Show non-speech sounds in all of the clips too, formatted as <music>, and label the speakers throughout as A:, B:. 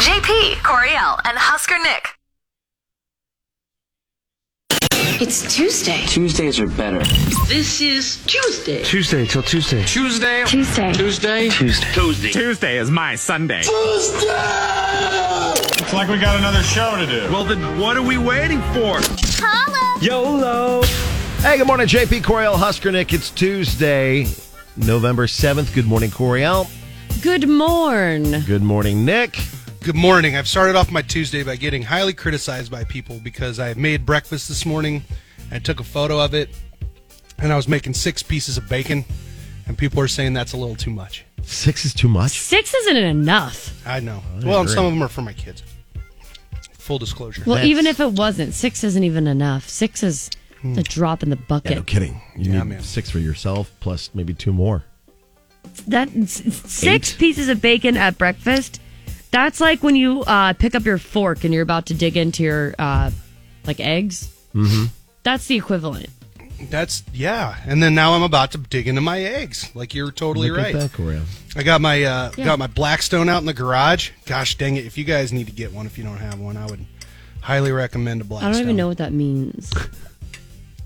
A: JP, Coriel, and Husker Nick.
B: It's Tuesday.
C: Tuesdays are better.
D: This is Tuesday.
E: Tuesday till Tuesday.
C: Tuesday.
B: Tuesday.
C: Tuesday. Tuesday. Tuesday.
F: Tuesday is my Sunday.
G: It's like we got another show to do.
F: Well, then what are we waiting for? YOLO.
H: Hey, good morning, JP Coriel Huskernick. It's Tuesday, November 7th. Good morning, Coriel.
I: Good morn.
H: Good morning, Nick.
J: Good morning. I've started off my Tuesday by getting highly criticized by people because I made breakfast this morning. I took a photo of it, and I was making six pieces of bacon, and people are saying that's a little too much.
H: Six is too much.
I: Six isn't enough.
J: I know. well, and
H: agree.
J: some of them are for my kids. Full disclosure.
I: Well,
H: That's-
I: even if it wasn't, six isn't even enough. Six is
J: Hmm.
I: the drop in the
H: Yeah, no
I: bucket.
H: kidding. You
J: Yeah,
H: need
J: man.
H: six for yourself, plus maybe two more.
I: That s- six
H: Eight?
I: pieces of bacon at breakfast. That's like when you uh, pick up your fork and you're about to dig into your uh, like eggs. Mm-hmm. That's the equivalent.
J: That's yeah. And then now I'm about to dig into my eggs. Like you're totally
H: Look
J: right.
H: at that, Coriel.
J: I got my uh,
I: Yeah.
J: got my Blackstone out in the garage. Gosh dang it! If you guys need to get one, if you don't have one, I would highly recommend a
I: I
J: Blackstone.
I: don't even know what that means.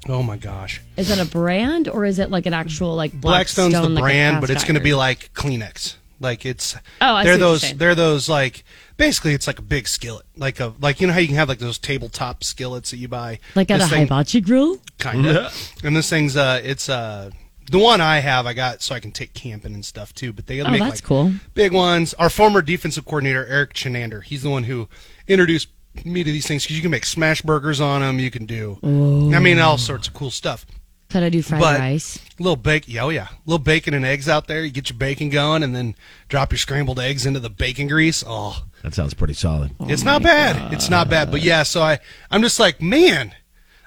J: Oh my gosh.
I: Is that a brand or is it like an actual like Blackstone,
J: Blackstone's the
I: like a
J: brand, but
I: cast
J: it's going to be
I: iron?
J: like Kleenex. Like it's
I: Oh, I see
J: they're
I: what you're
J: those
I: saying.
J: they're those like basically it's like a big skillet like a like you know how you can have like those tabletop skillets that you buy
I: like at
J: This
I: a
J: thing-
I: hibachi grill.
J: kind of. and this thing's uh, it's uh, the one I have. I got so I can take camping and stuff too. But they
I: Oh,
J: make
I: that's
J: like
I: cool.
J: big ones. Our former defensive coordinator Eric Chenander, he's the one who introduced me to these things because you can make smash burgers on them. You can do, I mean, all sorts of cool stuff.
I: Could I do fried
J: But-
I: rice?
J: Little bacon, oh yeah, little bacon and eggs out there. You get your bacon going, and then drop your scrambled eggs into the bacon grease. Oh,
H: That sounds pretty solid.
J: it's not bad.
H: Oh,
J: It's not bad. But yeah, so I I'm just like, man.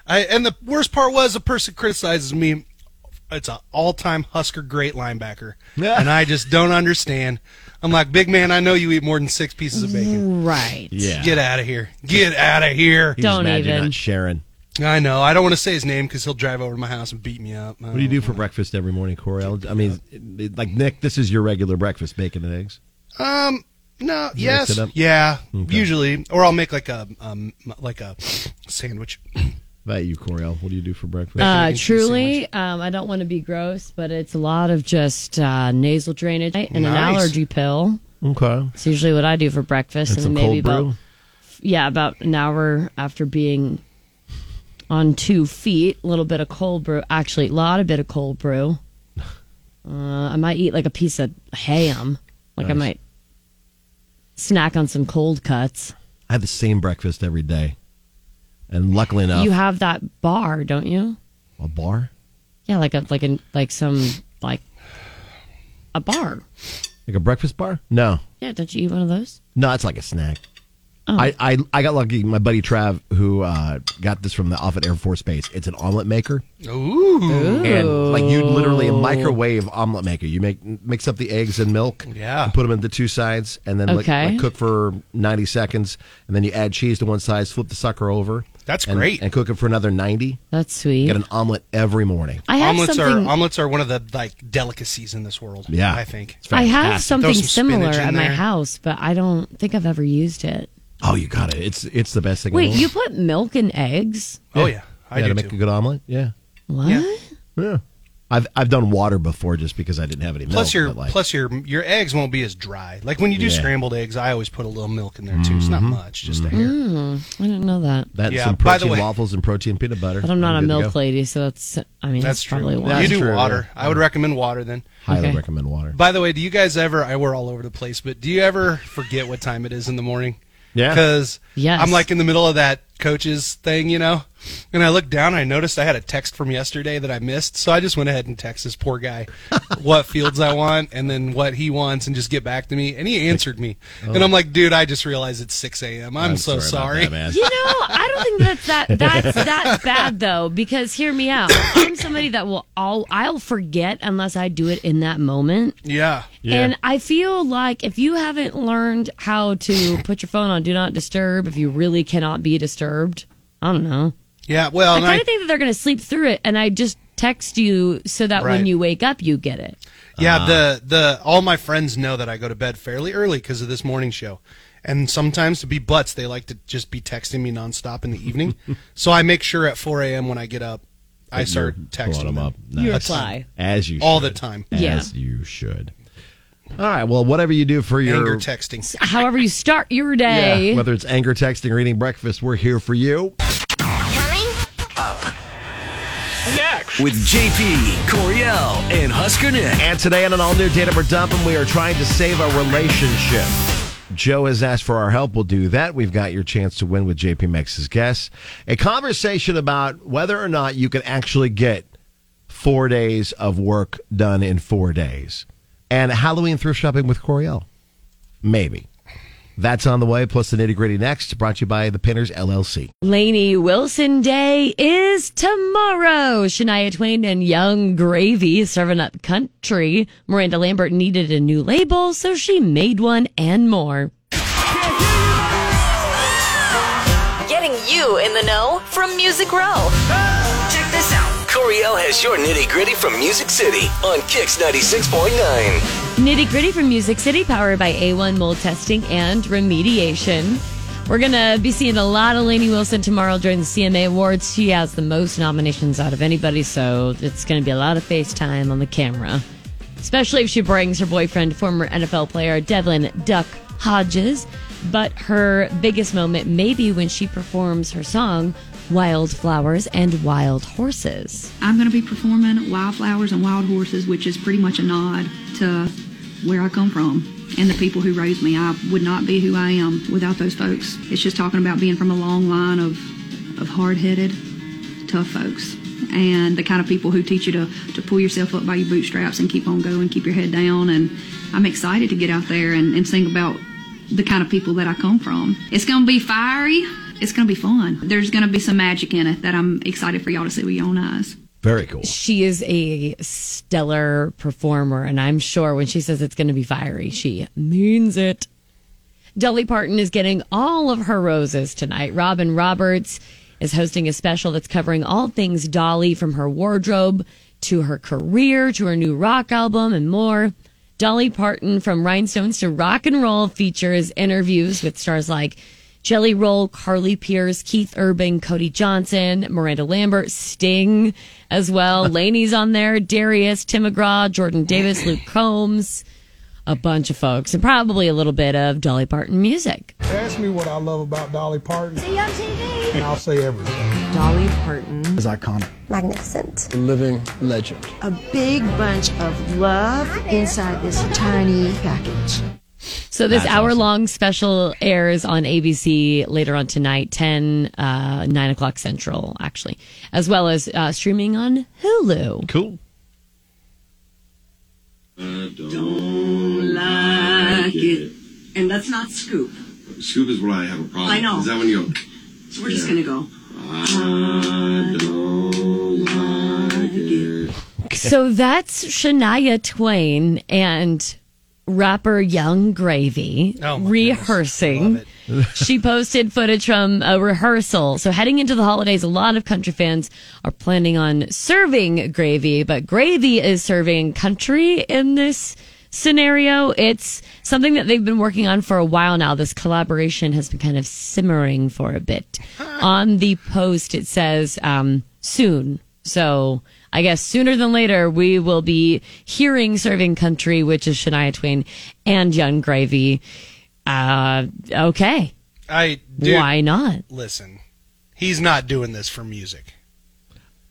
J: I and the worst part was the person criticizes me. It's an all-time Husker great linebacker,
H: Yeah.
J: and I just don't understand. I'm like, big man, I know you eat more than six pieces of bacon.
I: Right.
H: Yeah.
J: Get out of here. Get out of here.
H: He was
I: Don't
H: mad You're
I: even.
H: not sharing.
J: I know. I don't want to say his name because he'll drive over to my house and beat me up.
H: What do you do for breakfast every morning, Coriel? I mean, like Nick, this is your regular breakfast: bacon and eggs.
J: Um. No.
H: You mix
J: yes.
H: it up?
J: Yeah.
H: Okay.
J: Usually, or I'll make like a um like a sandwich.
H: How About you, Coriel. What do you do for breakfast?
I: Uh,
J: cheese
I: truly, um, I don't want to be gross, but it's a lot of just uh, nasal drainage and an
J: Nice.
I: allergy pill.
H: okay.
I: It's usually what I do for breakfast,
H: And
I: and,
H: some
I: then maybe
H: cold
I: about
H: brew.
I: yeah, about an hour after being on two feet, a little bit of cold brew. Actually, a lot of bit of cold brew. Uh, I might eat like a piece of ham. Like I
H: Nice.
I: might snack on some cold cuts.
H: I have the same breakfast every day, and luckily enough,
I: You have that bar, don't you?
H: a bar,
I: Yeah, like a like an like some like a bar.
H: like a breakfast bar. No,
I: Yeah, don't you eat one of those?
H: No, it's like a snack.
I: Oh.
H: I, I I got lucky. My buddy Trav, who uh, got this from the off at Air Force Base, it's an omelet maker,
J: Ooh.
H: and like you literally a microwave omelet maker. You make mix up the eggs and milk,
J: Yeah.
H: and put them into two sides, and then like-
I: Okay.
H: like, cook for ninety seconds, and then you add cheese to one side, flip the sucker over.
J: That's
H: and-
J: great.
H: And cook it for another ninety.
I: That's sweet.
H: Get an omelet every morning.
I: I have
J: Omelets are
I: something.
J: omelets are one of the like delicacies in this world.
H: Yeah,
J: I think.
H: It's
I: I have
H: fantastic.
I: something
J: Throw some
I: similar
J: spinach in
I: at my
J: there.
I: house, but I don't think I've ever used it.
H: Oh, you got it. It's it's the best thing. in
I: Wait,
H: the
I: you
H: world.
I: put milk in eggs?
J: Oh yeah, I
H: yeah,
J: do
H: to make
J: too.
H: a good omelet. Yeah,
I: What?
H: yeah. I've I've done water before just because I didn't have any.
J: Plus
H: milk,
J: your
H: but, like,
J: plus your your eggs won't be as dry. Like when you do
H: Yeah. Mm-hmm.
J: scrambled eggs, I always put a little milk in there too. It's not much, just a hair.
I: I didn't know that.
H: That's
J: Yeah,
H: some
J: by the
H: protein
J: way-
H: waffles and protein peanut butter.
I: But I'm not a
H: good to
I: milk
H: go.
I: lady, so that's. I mean, that's,
J: That's true.
I: probably why.
J: You do
H: true,
J: water. I
H: Mm.
J: would recommend water then.
H: Highly
I: Okay.
H: recommend water.
J: By the way, do you guys ever? I we're all over the place, but do you ever forget what time it is in the morning?
H: Yeah.
J: Because
I: Yes.
J: I'm like in the middle of that coach's thing, you know, and I looked down. I noticed I had a text from yesterday that I missed, so I just went ahead and text this
H: <laughs>
J: poor guy what fields I want and then what he wants, and just get back to me. And he answered me, and I'm like, dude, I just realized it's 6 a.m. I'm, so sorry.
H: Oh. about that, man.
I: You know, I don't think that's that that's that bad though. Because hear me out, I'm somebody that will all I'll forget unless I do it in that moment.
J: Yeah.
I: And I feel like if you haven't learned how
J: <laughs>
I: to put your phone on do not disturb, if you really cannot be disturbed, I don't know.
J: Yeah. Well,
I: I
J: and
I: kind of think that they're going to sleep through it, and I just text you so that when
J: Right.
I: you wake up, you get it.
H: Uh,
J: Yeah, the the all my friends know that I go to bed fairly early because of this morning show, And sometimes to be butts, they like to just be texting me nonstop in the
H: <laughs>
J: evening. so I make sure at 4 a.m. when I get up,
H: That
J: I
H: you're
J: start
H: pulling
J: texting
H: them
J: them.
H: up.
I: You
H: Nice.
I: reply.
H: as you
J: All
H: should.
J: the time.
H: As
I: Yeah.
H: you should. All right. Well, whatever you do for your
J: Anger texting.
I: However you start your day.
H: Yeah, whether it's anger texting or eating breakfast, we're here for you.
A: Coming
E: With JP, Coriel, and Husker Nick.
H: And today on an all new Data We're Dumping, we are trying to save our relationship. Joe has asked for our help. We'll do that. We've got your chance to win with JP Max's guess. A conversation about whether or not you can actually get four days of work done in four days. And Halloween thrift shopping with Coriel. Maybe. That's on the way, plus the nitty gritty next, brought to you by the Pinners LLC.
I: Laney Wilson Day is tomorrow. Shania Twain and Young Gravy serving up country. Miranda Lambert needed a new label, so she made one and more.
A: Getting you in the know from Music Row. Check this out.
E: Coriel has your nitty gritty from Music City on Kix 96.9.
I: Nitty Gritty from Music City, powered by A1 Mold Testing and Remediation. We're going to be seeing a lot of Lainey Wilson tomorrow during the CMA Awards. She has the most nominations out of anybody, so it's going to be a lot of FaceTime on the camera. Especially if she brings her boyfriend, former NFL player Devlin Duck Hodges. But her biggest moment may be when she performs her song, Wildflowers and Wild Horses.
K: I'm going to be performing Wildflowers and Wild Horses, which is pretty much a nod to where I come from and the people who raised me. I would not be who I am without those folks. It's just talking about being from a long line of, of hard headed, tough folks and the kind of people who teach you to, to pull yourself up by your bootstraps and keep on going, keep your head down. And I'm excited to get out there and, and sing about the kind of people that I come from. It's going to be fiery. It's going to be fun. There's going to be some magic in it that I'm excited for y'all to see with your own eyes.
H: Very cool.
I: she is a stellar performer, and I'm sure when she says it's going to be fiery, she means it. Dolly Parton is getting all of her roses tonight. Robin Roberts is hosting a special that's covering all things Dolly from her wardrobe to her career to her new rock album and more. Dolly Parton from Rhinestones to Rock and Roll features interviews with stars like Jelly Roll, Carly Pierce, Keith Urban, Cody Johnson, Miranda Lambert, Sting as well. Laney's on there, Darius, Tim McGraw, Jordan Davis, Luke Combs a bunch of folks and probably a little bit of Dolly Parton music.
L: Ask me what I love about Dolly Parton,
B: See on TV.
L: and I'll say everything.
M: Dolly Parton.
L: It's iconic.
M: Magnificent.
L: Living legend.
M: A big bunch of love inside this tiny package.
I: So this hour long special airs on ABC later on tonight, 10, uh, 9 o'clock central, actually, as well as uh, streaming on Hulu.
H: Cool.
D: Like it. And that's not scoop.
C: Scoop is where I have a problem.
D: I know.
C: Is that when you go?
D: So we're just going to go.
C: I don't like it.
I: So that's Shania Twain and rapper Young Gravy
J: Oh, my goodness.
I: rehearsing.
J: Love
I: she posted footage from a rehearsal. So heading into the holidays, a lot of country fans are planning on serving gravy, but gravy is serving country in this scenario. It's something that they've been working on for a while now. This collaboration has been kind of simmering for a bit. on the post, it says um, soon. So I guess sooner than later, we will be hearing Serving Country, which is Shania Twain and Young Gravy. Uh, okay.
J: I dude,
I: Why not?
J: Listen, he's not doing this for music.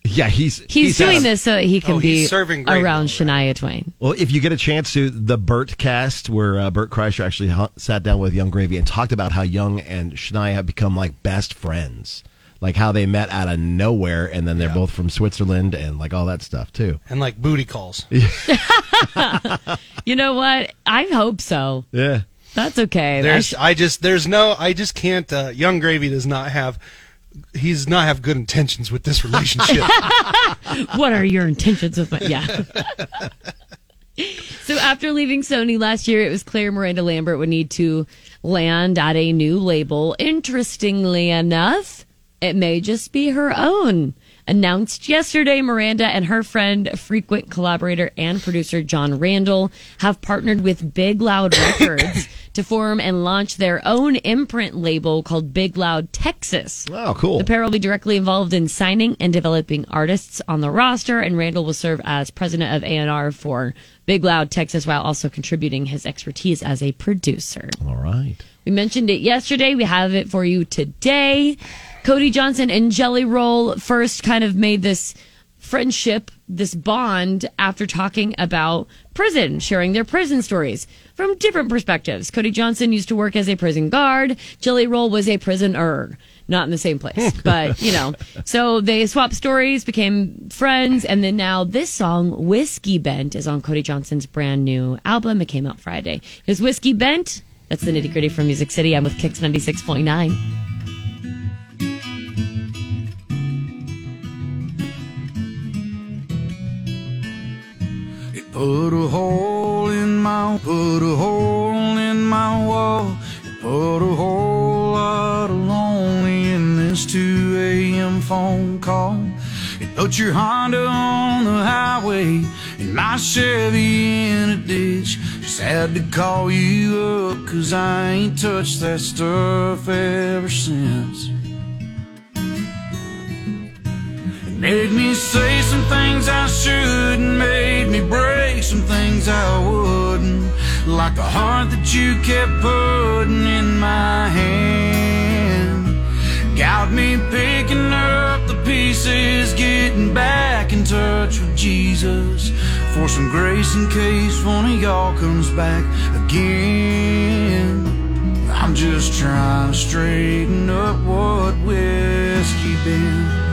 H: Yeah, he's
I: He's,
H: out
I: doing
H: of-
I: this so that he can
J: Oh,
I: be
J: he's serving gravy,
I: around
J: right.
I: Shania Twain.
H: Well, if you get a chance to the Burt cast, where uh, Burt Kreischer actually hu- sat down with Young Gravy and talked about how Young and Shania have become like best friends, like how they met out of nowhere, and then they're both from Switzerland and like all that stuff too.
J: And like booty calls.
I: You know what? I hope so.
H: Yeah,
I: That's okay.
J: There's
I: That's-
J: I just there's no I just can't uh, Young Gravy does not have he's not have good intentions with this relationship.
I: <laughs> what are your intentions with my yeah <laughs> so after leaving sony last year it was clear miranda lambert would need to land at a new label interestingly enough it may just be her own announced yesterday Miranda and her friend, frequent collaborator, and producer John Randall have partnered with Big Loud <coughs> Records to form and launch their own imprint label called Big Loud Texas.
H: Oh, cool.
I: The pair will be directly involved in signing and developing artists on the roster, and Randall will serve as president of A&R for Big Loud Texas while also contributing his expertise as a producer.
H: All right.
I: We mentioned it yesterday. We have it for you today. Cody Johnson and Jelly Roll first kind of made this friendship, this bond after talking about prison, sharing their prison stories from different perspectives. Cody Johnson used to work as a prison guard. Jelly Roll was a prisoner, not in the same place, but you know. So they swapped stories, became friends, and then now this song, Whiskey Bent, is on Cody Johnson's brand new album. It came out Friday. Is Whiskey Bent? That's the nitty gritty from Music City. I'm with Kicks 96.9.
N: It put a hole in my, put a hole in my wall. It put a whole lot of lonely in this 2 a.m. phone call. It put your Honda on the highway and my Chevy in a ditch. Just had to call you up 'cause I ain't touched that stuff ever since. Made me say some things I shouldn't, made me break some things I wouldn't. Like the heart that you kept putting in my hand. Got me picking up the pieces, getting back in touch with Jesus. For some grace in case one of y'all comes back again. I'm just trying to straighten up what whiskey been.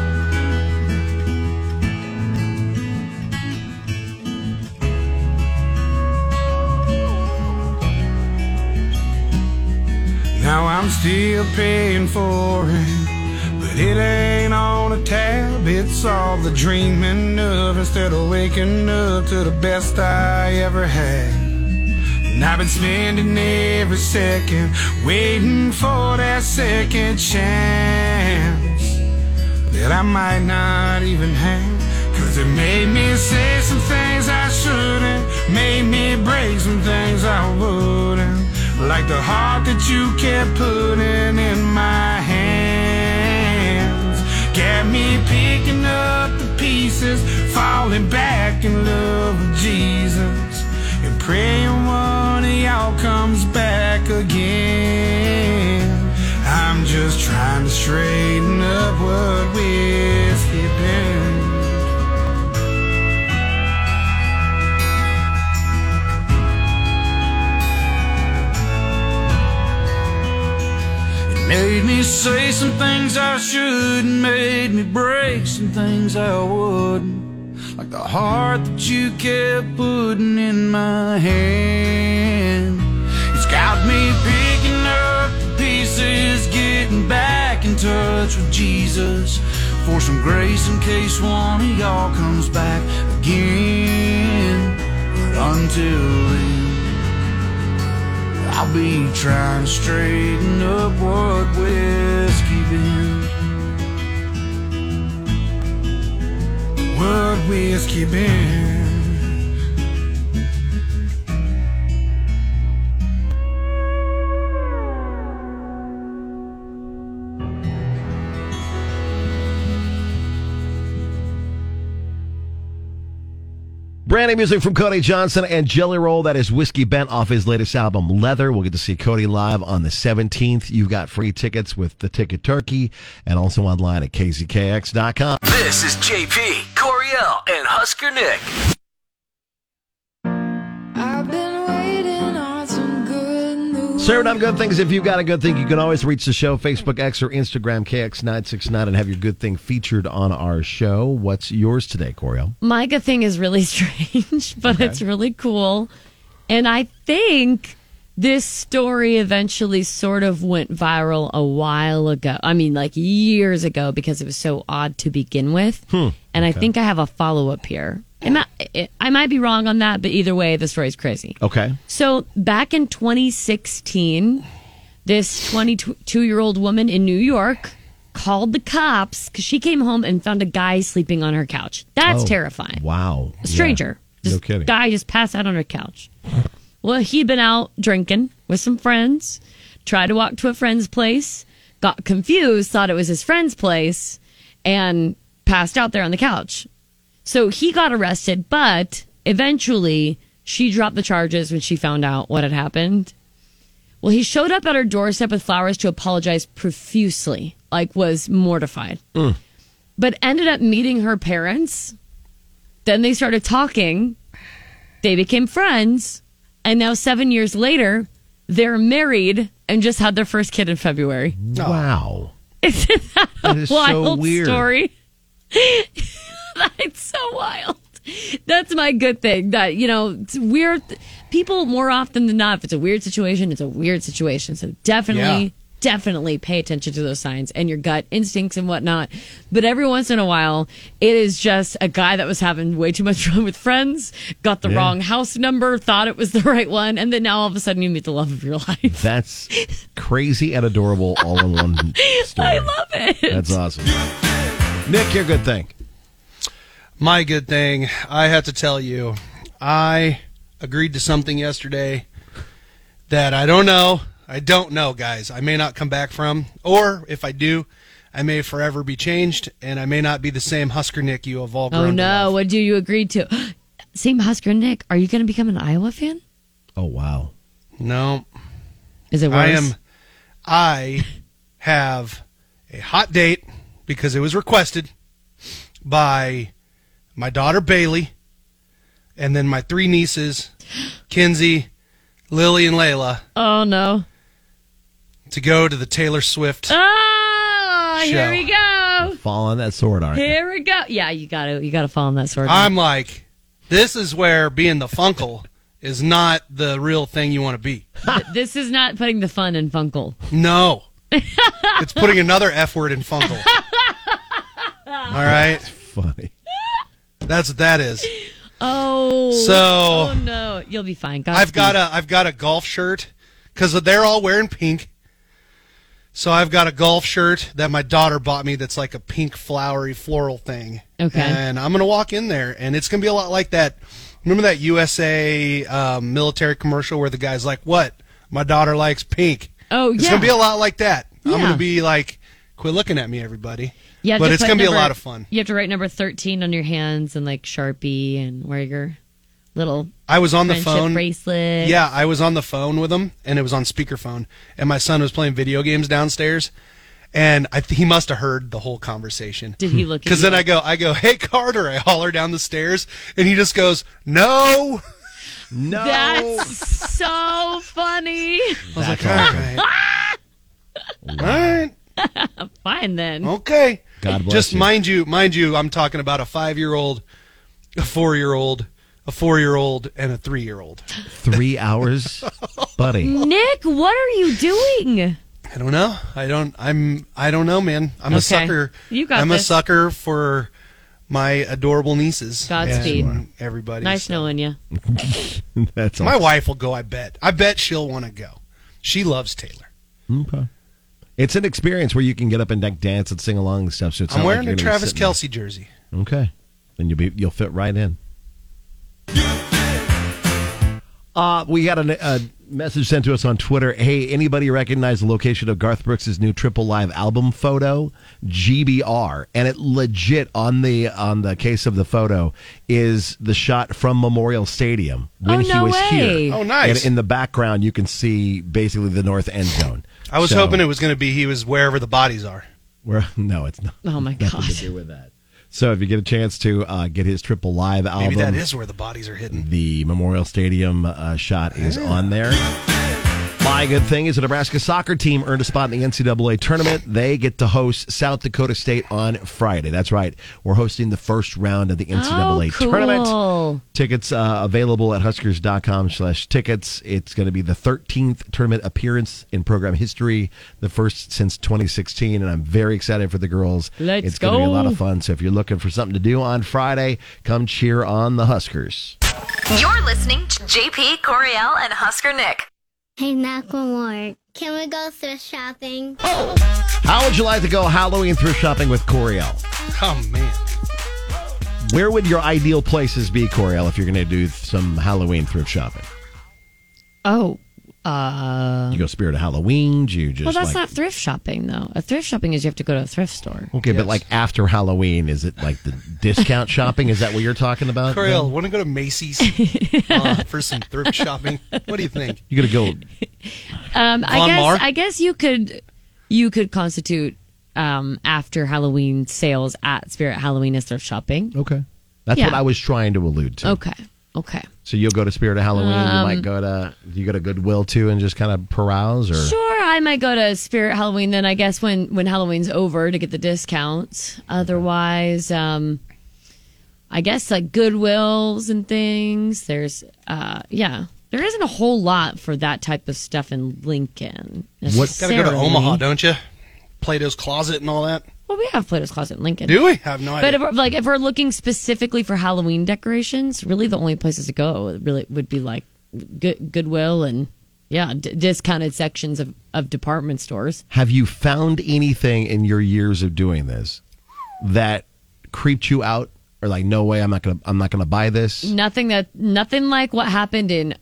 N: Now I'm still paying for it, but it ain't on a tab. It's all the dreaming of instead of waking up to the best I ever had. And I've been spending every second waiting for that second chance that I might not even have. Cause it made me say some things I shouldn't, made me break some things I wouldn't. Like the heart that you kept putting in my hands. Got me picking up the pieces, falling back in love with Jesus. And praying one of y'all comes back again. I'm just trying to straighten up what whiskey been. Made me say some things I shouldn't, made me break some things I wouldn't. Like the heart that you kept putting in my hand. It's got me picking up the pieces, getting back in touch with Jesus. For some grace in case one of y'all comes back again. But until then. I'll be trying to straighten up what whiskey been. What whiskey been.
H: Brand new music from Cody Johnson and Jelly Roll. That is Whiskey Bent off his latest album, Leather. We'll get to see Cody live on the 17th. You've got free tickets with the Ticket Turkey and also online at kzkx.com.
E: This is JP, Coriel, and Husker Nick.
H: Serving up good things. If you've got a good thing, you can always reach the show, Facebook X or Instagram KX969, and have your good thing featured on our show. What's yours today, Coriel?
I: My good thing is really <laughs> strange, but
H: Okay.
I: it's really cool. And I think this story eventually sort of went viral a while ago. I mean, like years ago, because it was so odd to begin with. And I
H: Hmm. Okay.
I: think I have a follow up here. And I, I might be wrong on that, but either way, the story's crazy.
H: Okay.
I: So back in 2016, this 22 year old woman in New York called the cops because she came home and found a guy sleeping on her couch. That's
H: Oh,
I: terrifying.
H: Wow.
I: A stranger.
H: Yeah.
I: Just
H: No kidding.
I: Guy just passed out on her couch. Well, he'd been out drinking with some friends, tried to walk to a friend's place, got confused, thought it was his friend's place, and passed out there on the couch. So he got arrested, but eventually she dropped the charges when she found out what had happened. Well, he showed up at her doorstep with flowers to apologize profusely, like was mortified,
H: Mm.
I: but ended up meeting her parents. Then they started talking. They became friends. And now, seven years later, they're married and just had their first kid in February.
H: Wow.
I: <laughs> Isn't that a
H: That is so
I: wild
H: weird.
I: story? <laughs> That's so wild. That's my good thing. That you know, it's weird people more often than not. If it's a weird situation, it's a weird situation. So definitely,
O: Yeah.
I: definitely pay attention to those signs and your gut instincts and whatnot. But every once in a while, it is just a guy that was having way too much <laughs> fun with friends, got the
H: Yeah.
I: wrong house number, thought it was the <laughs> right one, and then now all of a sudden you meet the love of your <laughs> life.
H: That's crazy and adorable all in <laughs> one story. I love
I: it.
H: That's awesome. Nick, your good thing.
J: My good thing, I have to tell you, I agreed to something yesterday that I don't know. I don't know, guys. I may not come back from, or if I do, I may forever be changed, and I may not be the same Husker Nick you have all grown.
I: Oh
J: to
I: no! What do you agree
J: <gasps>
I: to? Same Husker Nick. Are you going to become an Iowa fan?
H: Oh wow.
J: No.
I: Is it
J: I
I: worse?
J: am I have a hot date because it was requested by my daughter Bailey and then my three nieces, Kinsey, Lily, and Layla,
I: Oh no!
J: to go to the Taylor Swift.
I: Oh, here
J: Show.
I: we go.
H: Fall on that sword, all right.
I: Here we go. Yeah, you got to you got to fall on that sword.
J: I'm like, this is where being the Funkle is not the real thing you want to be.
I: Th- this is not putting the fun in Funkle.
J: No. it's putting another F word in Funkle. All right. That's
H: funny.
J: That's what that is.
I: Oh.
J: So-
I: Oh no! You'll be fine.
J: I've got a I've got a golf shirt because they're all wearing pink. So I've got a golf shirt that my daughter bought me that's like a pink flowery floral thing.
I: Okay.
J: And I'm gonna walk in there and it's gonna be a lot like that. Remember that USA um, military commercial where the guy's like, "What? My daughter likes pink."
I: Oh
J: It's
I: yeah.
J: gonna be a lot like that. I'm
I: Yeah.
J: gonna be like, "Quit looking at me, everybody."
I: You have
J: but
I: to
J: it's
I: put
J: gonna be a
I: number-
J: lot of fun.
I: You have to write number thirteen on your hands and like Sharpie and wear your little.
J: I was on the
I: friendship
J: phone.
I: bracelet.
J: Yeah, I was on the phone with him, and it was on speakerphone. And my son was playing video games downstairs, and I th- he must have heard the whole conversation.
I: Did he
J: <laughs>
I: look at
J: Because then
I: you?
J: I go, I go, hey Carter, I holler down the stairs, and he just goes, no,
H: no.
J: <laughs>
I: That's so funny.
J: I was like, all right, all right,
I: Fine then.
J: okay.
H: God bless
J: just
H: you.
J: mind you, mind you, I'm talking about a five year old, a four year old, a four year old, and a three year old.
H: Three
J: <laughs>
H: hours, buddy.
I: Nick, what are you doing?
J: I don't know. I don't. I'm. I don't know, man. I'm
I: Okay.
J: a sucker.
I: You got
J: I'm a
I: this.
J: sucker for my adorable nieces.
I: Godspeed.
J: and everybody.
I: Nice knowing you.
H: That's
J: My
H: awesome.
J: wife will go. I bet. I bet she'll want to go. She loves Taylor.
H: Okay. It's an experience where you can get up and like, dance and sing along and stuff. So it's
J: I'm
H: not
J: wearing
H: like
J: a
H: you're gonna be
J: Travis
H: sitting there.
J: Kelsey jersey.
H: Okay. Then you'll be you'll fit right in. Uh, we got a, a message sent to us on Twitter. Hey, anybody recognize the location of Garth Brooks' new triple live album photo? GBR, and it legit on the on the case of the photo is the shot from Memorial Stadium when
I: Oh,
H: he
I: no
H: was
I: way.
H: here.
J: Oh, nice.
H: And in the background, you can see basically the north end zone.
J: I was
H: So-
J: hoping it was going to be he was wherever the bodies are.
H: Where, <laughs> no, it's not.
I: Oh my
H: nothing
I: god.
H: to do with that. So if you get a chance to uh, get his triple live album,
J: Maybe that is where the bodies are hidden.
H: the Memorial Stadium uh, shot is on there. My good thing is the Nebraska soccer team earned a spot in the NCAA tournament. They get to host South Dakota State on Friday. That's right. We're hosting the first round of the NCAA
I: Oh, cool.
H: tournament. Tickets uh, available at huskers.com slash tickets. It's going to be the 13th tournament appearance in program history, the first since 2016, and I'm very excited for the girls.
I: Let's
H: it's going to be a lot
I: go.
H: of fun. So if you're looking for something to do on Friday, come cheer on the Huskers.
A: You're listening to JP Coriel and Husker Nick.
P: Hey, Macklemore,
O: Can we go thrift shopping?
H: How would you like to go Halloween thrift shopping with Coriel?
J: Oh man.
H: Where would your ideal places be, Coriel, if you're going to do some Halloween thrift shopping?
I: Oh, uh,
H: You go Spirit of Halloween? Do you just
I: well, that's
H: like-
I: not thrift shopping though. A thrift shopping is you have to go to a thrift store.
H: Okay, but like after Halloween, is it like the discount shopping? Is that what you're talking about?
J: Coriel,
H: then?
J: want to go
I: <laughs>
J: to Macy's uh, for some thrift shopping? What do
I: <laughs>
J: you think?
H: you gonna go?
I: Um, I
J: Von
I: guess
J: Maur?
I: I guess you could you could constitute um, after Halloween sales at Spirit Halloween as thrift shopping.
H: Okay, That's what
I: Yeah.
H: I was trying to allude to.
I: Okay, okay,
H: So you'll go to Spirit of Halloween.
I: Um,
H: you might go to you go to Goodwill too, and just kind of peruse, or
I: sure. I might go to Spirit Halloween then. I guess when when Halloween's over to get the discounts. Otherwise, um, I guess like Goodwills and things. There's uh, yeah. There isn't a whole lot for that type of stuff in Lincoln.
J: Gotta go to
I: necessarily.
J: Omaha, don't you? Plato's Closet and all that.
I: Well, we have Plato's Closet in Lincoln.
J: Do we? I have no
I: But
J: idea.
I: if we're, like, if we're looking specifically for Halloween decorations, really the only places to go really would be like good, Goodwill and yeah, d- discounted sections of, of department stores.
H: have you found anything in your years of doing this that creeped you out, or like, no way, I'm not gonna, I'm not gonna buy this?
I: Nothing that nothing like what happened in,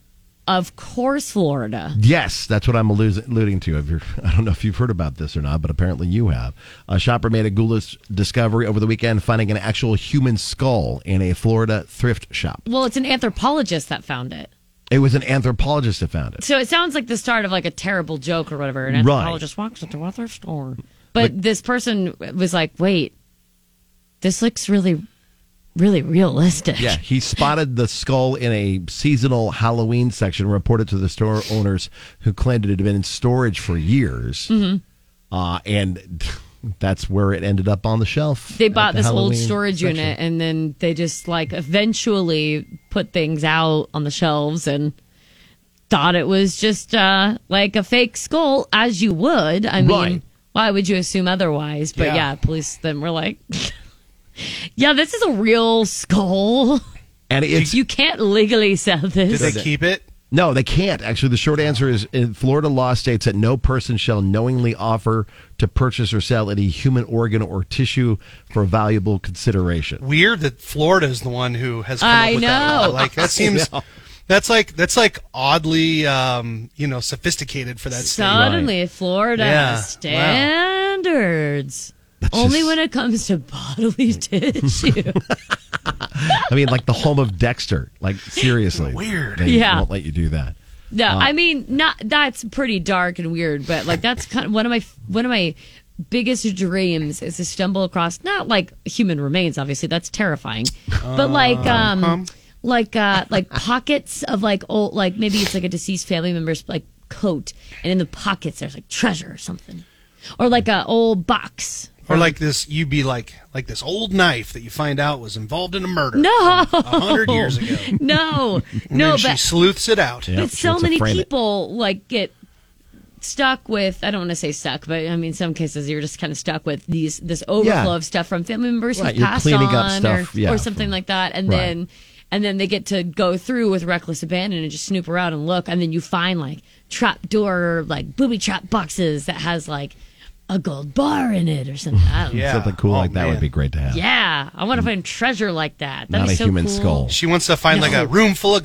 I: of course, Florida.
H: Yes, that's what I'm allus- alluding to. If you're, <laughs> I don't know if you've heard about this or not, but apparently you have. A shopper made a ghoulish discovery over the weekend, finding an actual human skull in a Florida thrift shop.
I: Well, it's an anthropologist that found it.
H: It was an anthropologist that found it.
I: So it sounds like the start of like a terrible joke or whatever. An
H: Right.
I: anthropologist walks into a thrift store, but this person was like, "Wait, this looks really, really realistic."
H: Yeah, he spotted the skull in a seasonal Halloween section, reported to the store owners who claimed it had been in storage for years.
I: Mhm.
H: Uh, and <laughs> that's where it ended up on the shelf.
I: they
H: at
I: bought
H: the
I: this old
H: Halloween
I: storage
H: section.
I: unit and then they just like eventually put things out on the shelves and thought it was just uh like a fake skull as you would i mean
H: Right.
I: why would you assume otherwise but
H: Yeah.
I: yeah, police then were like <laughs> yeah this is a real skull <laughs>
H: And it's
I: you can't legally sell this
J: it?
H: No, they can't. Actually, the short answer is in Florida law states that no person shall knowingly offer to purchase or sell any human organ or tissue for valuable consideration.
J: Weird that Florida's the one who has come
I: I
J: up with that.
I: know.
J: law. Like
I: I
J: that seems.
I: know.
J: That's like that's like oddly, um, you know, sophisticated for that. state.
I: suddenly florida
J: Yeah. Wow.
I: has standards only when it comes to bodily <laughs> tissue
H: I mean, like the home of Dexter. Like, seriously.
I: Weird.
H: They
I: Yeah.
H: won't let you do that.
I: No,
H: Uh,
I: I mean not. That's pretty dark and weird, but like that's kind of one of my one of my biggest dreams is to stumble across not like human remains. Obviously, that's terrifying, but like um,
P: Um.
I: like uh like pockets of like old like maybe it's like a deceased family member's like coat, and in the pockets there's like treasure or something, or like a old box.
J: Or like this, you'd be like like this old knife that you find out was involved in a murder.
I: No,
J: from a hundred
I: <laughs>
J: years ago.
I: No,
J: And
I: no,
J: then
I: but
J: she sleuths it out.
I: but so many people like get stuck with I don't want to say stuck, but I mean some cases you're just kind of stuck with these this overflow
H: Yeah.
I: of stuff from family members
H: Right,
I: who
H: you're
I: passed
H: cleaning
I: on
H: up stuff,
I: or,
H: yeah,
I: or something like that, and
H: right.
I: then and then they get to go through with reckless abandon and just snoop around and look, and then you find like trap door like booby trap boxes that has like a gold bar in it or something. I don't know.
H: Something
J: Oh,
H: cool like that would be great to have.
I: Yeah, I want to find treasure like that. That'd
H: Not
I: be
H: a
I: so
H: human
I: cool.
H: skull.
J: She wants to find like
I: No.
J: a room full of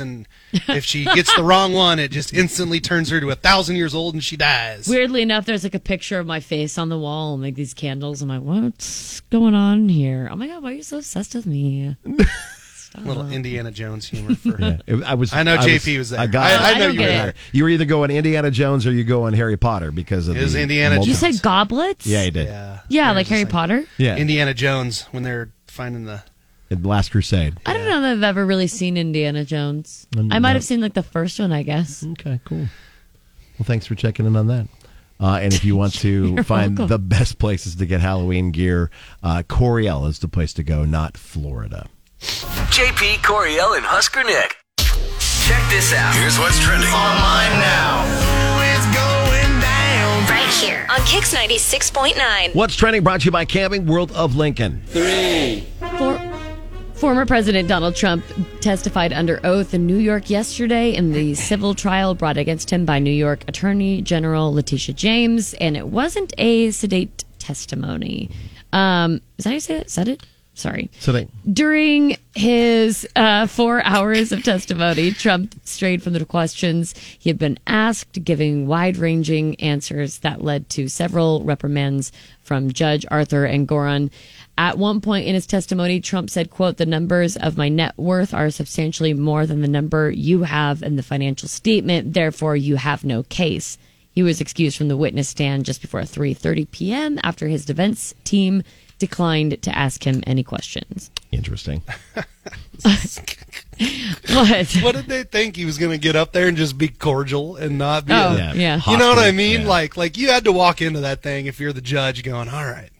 I: <laughs>
J: and if she gets the wrong one, it just instantly turns her to a thousand years old, and she dies.
I: Weirdly enough, there's like a picture of my face on the wall and like these candles. I'm like, what's going on here? Oh my god, why are you so obsessed with me? Uh-huh.
J: Little Indiana Jones humor for
H: Yeah. It- I was.
J: I know
H: was-
J: JP was there.
H: I, got
J: I-
H: it.
J: I know I don't you were get it.
H: there. You were either going Indiana Jones or you going Harry Potter because of
J: It was
H: the
J: Indiana
H: multi-
I: You said goblets?
H: Yeah, he did.
J: Yeah.
I: Yeah, like Harry Potter.
H: Yeah.
J: Indiana Jones when they're finding the.
H: In The Last Crusade.
I: I don't know that I've ever really seen Indiana Jones.
H: Mm,
I: I might
H: no.
I: have seen like the first one, I guess.
H: Okay, cool. Well, thanks for checking in on that. Uh, and if
I: <laughs>
H: you want to
I: You're
H: find
I: welcome.
H: the best places to get Halloween gear, uh, Coriel is the place to go, not Florida.
E: JP Coriel and Husker Nick. Check this out. Here's what's trending online now.
A: It's going down right here on Kix 96.9.
H: What's trending brought to you by Camping World of Lincoln.
A: Three.
I: Four. Former President Donald Trump testified under oath in New York yesterday in the civil trial brought against him by New York Attorney General Letitia James, and it wasn't a sedate testimony. Um, is that how you say that? Said it? Sorry.
H: Sedate.
I: During his uh, four hours of testimony, Trump strayed from the questions he had been asked, giving wide ranging answers that led to several reprimands from Judge Arthur and Goron. At one point in his testimony, Trump said, quote, the numbers of my net worth are substantially more than the number you have in the financial statement. Therefore, you have no case. He was excused from the witness stand just before 3:30 p.m. after his defense team declined to ask him any questions.
H: Interesting.
I: what?
J: What did they think he was going to get up there and just be cordial and not be?
I: Oh,
J: a-
I: yeah. Yeah.
J: You know what I
I: Hostile,
J: mean?
I: yeah.
J: Like, like you had to walk into that thing if you're the judge, going, "All right,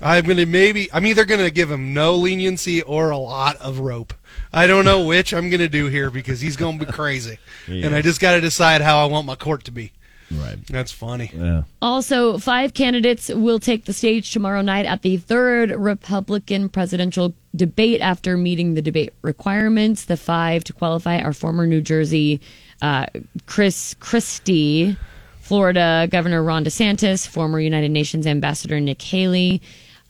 J: I'm going to maybe I'm either going to give him no leniency or a lot of rope. I
H: <laughs>
J: don't know which I'm going to do here because he's going to be crazy,
H: Yeah.
J: and I just got to decide how I want my court to be."
H: Right.
J: That's funny.
H: Yeah.
I: Also, five candidates will take the stage tomorrow night at the third Republican presidential debate after meeting the debate requirements. The five to qualify are former New Jersey uh, Chris Christie, Florida Governor Ron DeSantis, former United Nations Ambassador Nick Haley,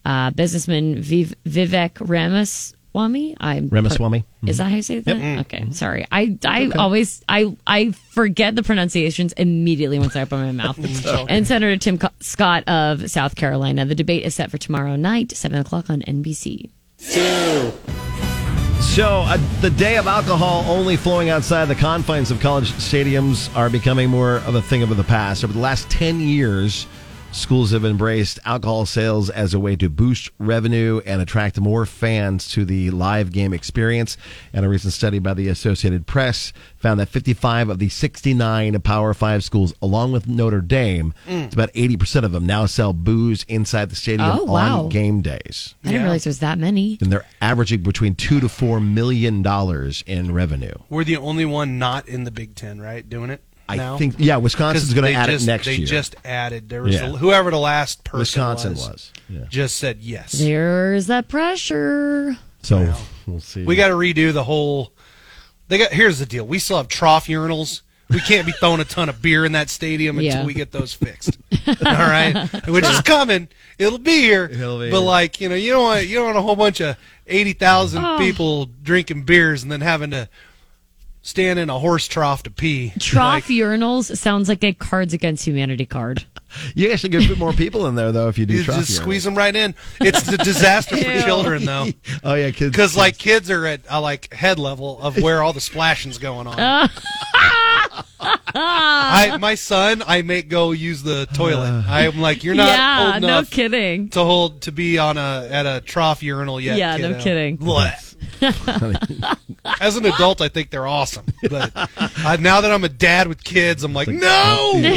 I: uh, businessman Viv- Vivek Ramaswamy. I'm
H: Ramaswamy.
I: Is that how you say that?
H: Mm. Mm-hmm.
I: Okay, sorry. I I always I I forget the pronunciations immediately once I open my
H: <laughs>
I: mouth.
H: Mm,
P: It's okay.
I: And Senator Tim Co- Scott of South Carolina. The debate is set for tomorrow night, seven o'clock on NBC.
H: So, uh, the day of alcohol only flowing outside the confines of college stadiums are becoming more of a thing of the past. Over the last 10 years, schools have embraced alcohol sales as a way to boost revenue and attract more fans to the live game experience. And a recent study by the Associated Press found that 55 of the 69 Power 5 schools, along with Notre Dame,
I: Mm.
H: it's about 80% of them now sell booze inside the stadium
I: Oh, wow.
H: on game days
I: I didn't realize there's that many.
H: and they're averaging between two to four million dollars in revenue.
J: We're the only one not in the Big Ten, right? Doing it.
H: I
J: now?
H: think- yeah, Wisconsin's
J: 'Cause
H: gonna
J: they
H: add it
J: just-
H: next
J: they
H: year.
J: just added. There was
H: Yeah.
J: the- whoever the last person
H: Wisconsin was,
J: just said yes.
I: There's that pressure.
H: So <laughs> we'll see.
J: We got to redo the whole. They got here's the deal. We still have trough urinals. We can't be throwing a ton of beer in that stadium until
I: Yeah.
J: we get those fixed. <laughs> All
I: <laughs>
J: right, which is coming. It'll be here.
H: be
J: but
H: here.
J: like you know, you don't want you don't want a whole bunch of eighty thousand
I: Oh.
J: people drinking beers and then having to stand in a horse trough to pee.
I: Trough
J: Like,
I: urinals sounds like a Cards Against Humanity
H: <laughs>
I: card.
H: You actually could put more people in there though if you do
J: you
H: trophy
J: just
H: room.
J: squeeze them right in. It's a
I: <laughs>
J: disaster for
H: Ew.
J: children though.
H: Oh yeah, kids.
J: Because like kids are at uh, like head level of where all the splashing's going on.
I: <laughs>
J: I, my son, I make go use the toilet. I'm like, you're not
I: Yeah,
J: old
I: no
J: enough
I: kidding
J: to hold to be on a at a trough urinal yet.
I: Yeah, no
J: kiddo.
I: kidding. <laughs>
J: Blech. As an adult, I think they're awesome, but uh, now that I'm a dad with kids, I'm like, no,
I: <laughs>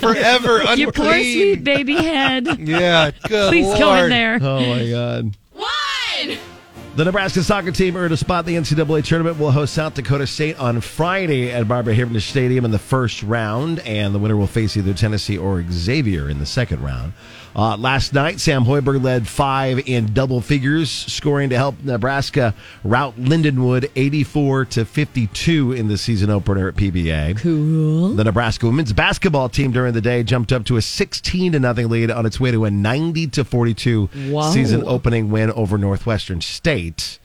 J: forever unclean.
I: Your poor sweet baby
H: <laughs>
I: head.
J: Yeah, good
I: Please go in
J: Lord.
I: there.
H: Oh my God. One. The Nebraska soccer team earned a spot in the NCAA tournament. Will host South Dakota State on Friday at Barbara Heritage Stadium in the first round, and the winner will face either Tennessee or Xavier in the second round. Uh, last night, Sam Hoiberg led five in double figures, scoring to help Nebraska rout Lindenwood 84 to 52 in the season opener at PBA.
I: Cool.
H: The Nebraska women's basketball team during the day jumped up to a 16 to nothing lead on its way to a 90 to 42
I: Wow.
H: season opening win over Northwestern State.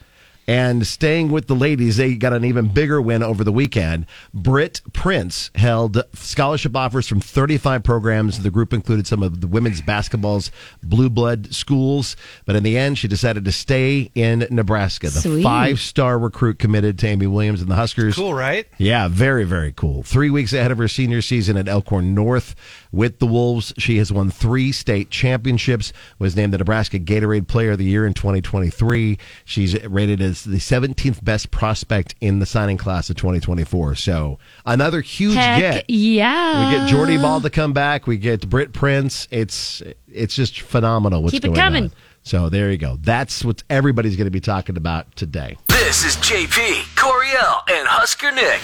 H: And staying with the ladies, they got an even bigger win over the weekend. Britt Prince held scholarship offers from 35 programs. The group included some of the women's basketball's blue blood schools. But in the end, she decided to stay in Nebraska. The
J: Sweet.
H: five star recruit committed to Amy Williams and the Huskers.
J: Cool, right?
H: Yeah, very, very cool. Three weeks ahead of her senior season at Elkhorn North with the Wolves, she has won three state championships, was named the Nebraska Gatorade Player of the Year in 2023. She's rated as the 17th best prospect in the signing class of 2024. So another huge
I: Heck
H: get.
I: yeah.
H: We get Jordy Ball to come back. We get Britt Prince. It's it's just phenomenal what's
I: Keep it
H: going
I: coming.
H: on. So there you go. That's what everybody's going to be talking about today.
E: This is JP, Coriel, and Husker Nick.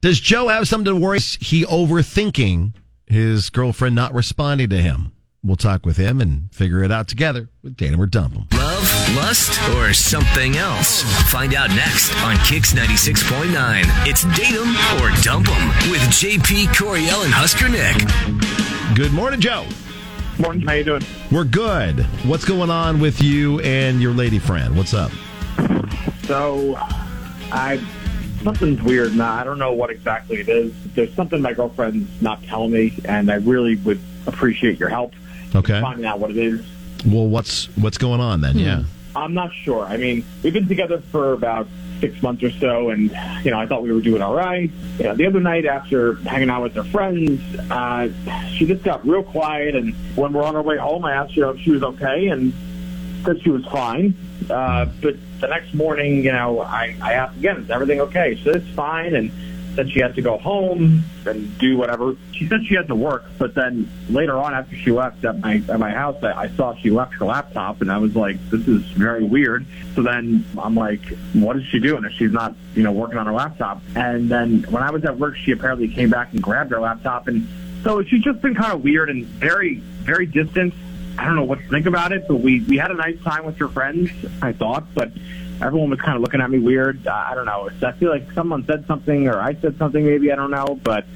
H: Does Joe have something to worry? He overthinking his girlfriend not responding to him. We'll talk with him and figure it out together with Datum or Dump 'em.
E: Love, lust, or something else? Find out next on Kix 96.9. It's Date 'em or Dump 'em with JP Coriel and Husker Nick.
H: Good morning, Joe.
P: Morning. How you doing?
H: We're good. What's going on with you and your lady friend? What's up?
P: So, I something's weird, and I don't know what exactly it is. There's something my girlfriend's not telling me, and I really would appreciate your help
H: Okay.
P: finding out what it is.
H: Well, what's what's going on
P: Hmm.
H: then? Yeah.
P: I'm not sure. I mean, we've been together for about six months or so, and you know, I thought we were doing all right. You know, the other night after hanging out with her friends, uh, she just got real quiet, and when we're on our way home, I asked her if she was okay, and said she was fine. Uh, but the next morning, you know, I, I asked again, is everything okay? She said it's fine, and said she had to go home and do whatever. She said she had to work, but then later on after she left at my at my house, I, I saw she left her laptop, and I was like, this is very weird. So then I'm like, what is she doing if she's not, you know, working on her laptop? And then when I was at work, she apparently came back and grabbed her laptop, and so she's just been kind of weird and very very distant. I don't know what to think about it, but we we had a nice time with your friends, I thought, but everyone was kind of looking at me weird. I I don't know. I feel like someone said something or I said something, maybe I don't know. But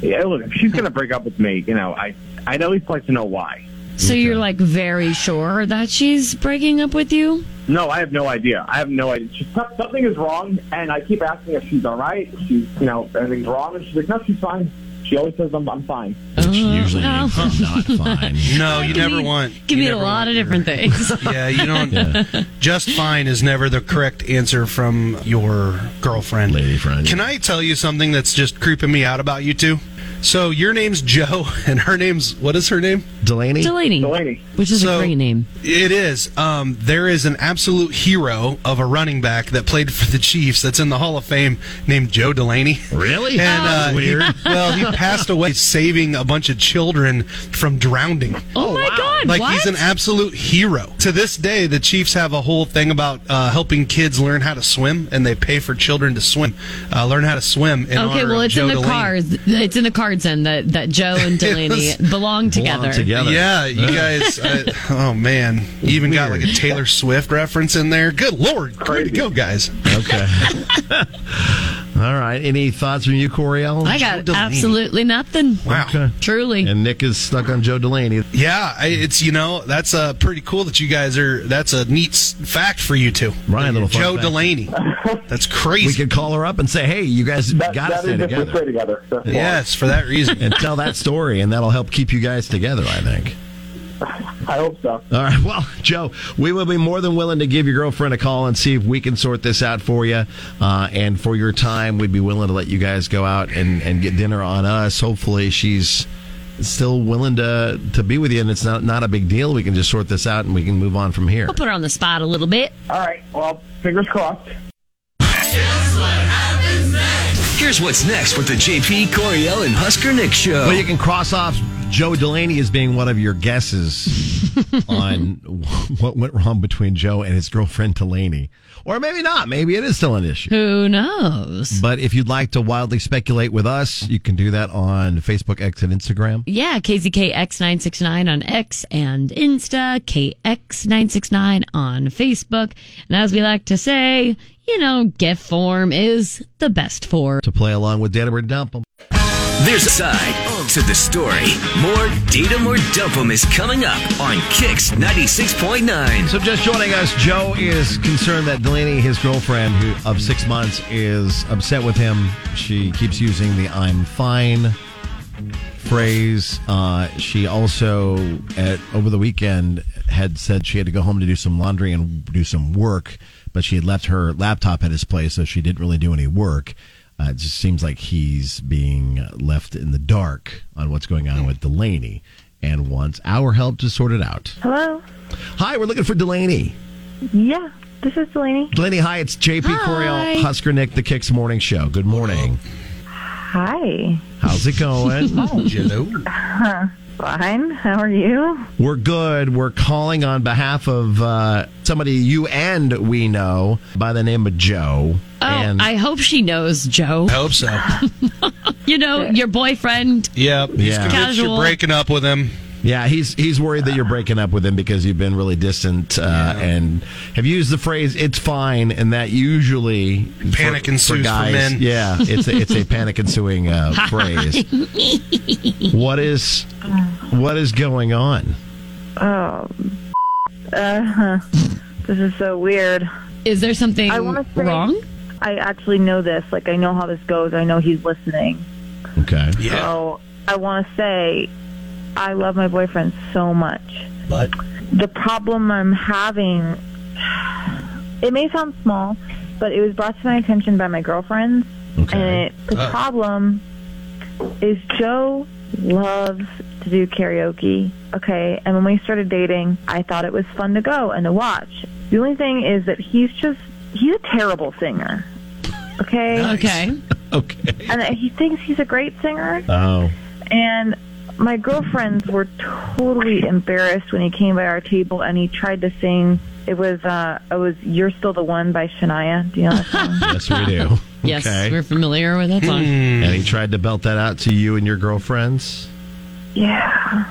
P: yeah, look, if she's gonna break up with me, you know, I I'd at least like to know why.
I: So you're like very sure that she's breaking up with you?
P: No, I have no idea. I have no idea. She's, something is wrong, and I keep asking if she's all right. If she's, you know, everything's wrong, and she's like, no, she's fine. She always says I'm, I'm fine.
H: usually
I: no.
P: <laughs>
H: not fine.
J: No, you
I: Uh-huh. Give
J: never
I: me-
J: want.
I: Give
J: you
I: me a
J: never
I: lot of different things.
J: <laughs> Yeah, you
H: <laughs>
J: don't. Just fine is never the correct answer from your girlfriend. Lady
H: friend.
J: Can I tell you something that's just creeping me out about you two? So your name's Joe, <laughs> and her name's what is her name?
H: Delaney.
I: Delaney. Which is
J: So-
I: a great name.
J: It is. Um, there is an absolute hero of a running back that played for the Chiefs that's in the Hall of Fame named Joe Delaney.
H: Really?
J: And, uh,
H: That's weird.
J: he- <laughs> well, he passed away saving a bunch of children from drowning.
I: Oh, my God.
J: Like
I: what?
J: he's an absolute hero. To this day, the Chiefs have a whole thing about uh, helping kids learn how to swim, and they pay for children to swim, uh, learn how to swim.
I: okay,
J: In honor
I: well,
J: of
I: it's
J: Joe
I: in the
J: Delaney.
I: cards. It's in the cards then that, that Joe
J: <laughs>
I: and Delaney belong together.
J: Yeah, you guys. I, oh man, you even got like a Taylor Swift reference in there. Good lord, way to go, guys.
H: Okay.
P: <laughs>
H: All right. Any thoughts from you, Coriel?
I: I got absolutely nothing.
H: Okay.
I: Truly.
H: And Nick is stuck on Joe Delaney.
J: Yeah, I, it's you know that's uh, pretty cool that you guys are. That's a neat s- fact for you two.
H: Ryan, little fun
J: Joe
H: fact.
J: Delaney. That's crazy.
H: We could call her up and say, "Hey, you guys got to
P: that
H: stay
P: is if we
H: together."
P: stay together. That's all.
J: Yes, for that reason.
H: and tell that story, and that'll help keep you guys together. I think.
P: I hope so.
H: All right. <laughs> Well, Joe, we will be more than willing to give your girlfriend a call and see if we can sort this out for you. Uh, and for your time, we'd be willing to let you guys go out and, and get dinner on us. Hopefully, she's still willing to to be with you, and it's not not a big deal. We can just sort this out, and we can move on from here.
I: I'll put her on the spot a little bit.
P: All right. Well, fingers crossed.
E: Here's what's next with the JP Coriel and Husker Nick show.
H: Well, you can cross off Joe Delaney as being one of your guesses on what went wrong between Joe and his girlfriend Delaney. Or maybe not. Maybe it is still an issue.
I: Who knows?
H: But if you'd like to wildly speculate with us, you can do that on Facebook, X, and Instagram.
I: Yeah, KZKX969 on X and Insta, KX969 on Facebook. And as we like to say, you know, gift form is the best form.
H: To play along with Dana Dump 'em.
E: There's a side to the story. More Date 'em or Dump 'em is coming up on Kix 96.9.
H: So just joining us, Joe is concerned that Delaney, his girlfriend who of six months, is upset with him. She keeps using the "I'm fine" phrase. Uh, she also, at, over the weekend, had said she had to go home to do some laundry and do some work, but she had left her laptop at his place, so she didn't really do any work. Uh, it just seems like he's being left in the dark on what's going on with Delaney, and wants our help to sort it out.
Q: Hello.
H: Hi, we're looking for Delaney.
Q: Yeah, this is Delaney.
H: Delaney, hi, it's JP
Q: Hi.
H: Coriel, Husker Nick, the Kicks Morning Show. Good morning.
Q: Hi.
H: How's
Q: <laughs>
H: it going?
Q: Huh. Fine. How are you?
H: We're good. We're calling on behalf of uh, somebody you and we know by the name of Joe.
I: Oh,
H: and
I: I hope she knows, Joe.
J: I hope so.
I: You know, your boyfriend.
J: Yep. He's
H: Yeah.
J: convinced
I: Casual.
J: you're breaking up with him.
H: Yeah, he's he's worried that you're breaking up with him because you've been really distant uh, and have used the phrase "it's fine," and that usually
J: Panic ensues for men.
H: Yeah, it's a, it's
J: <laughs>
H: a panic ensuing uh,
I: <laughs>
H: phrase. What is what is going on?
Q: Oh. Uh huh. This is so weird.
I: Is there something wrong?
Q: I actually know this. Like, I know how this goes. I know he's listening.
H: Okay.
Q: So I want to say I love my boyfriend so much.
H: But
Q: The problem I'm having, <sighs> it may sound small, but it was brought to my attention by my girlfriends. And it, Uh, the
R: Oh.
Q: problem is Joe loves to do karaoke. Okay. And when we started dating, I thought it was fun to go and to watch. The only thing is that he's just, he's a terrible singer. Okay.
I: Okay.
H: okay.
Q: And he thinks he's a great singer.
H: Oh.
Q: And my girlfriends were totally embarrassed when he came by our table and he tried to sing. It was uh, it was "You're Still the One" by Shania. Do you know that song?
H: Yes, we do.
J: Hmm.
I: Yes,
H: Okay.
I: we're familiar with that song.
Q: Hmm.
H: And he tried to belt that out to you and your girlfriends.
Q: yeah.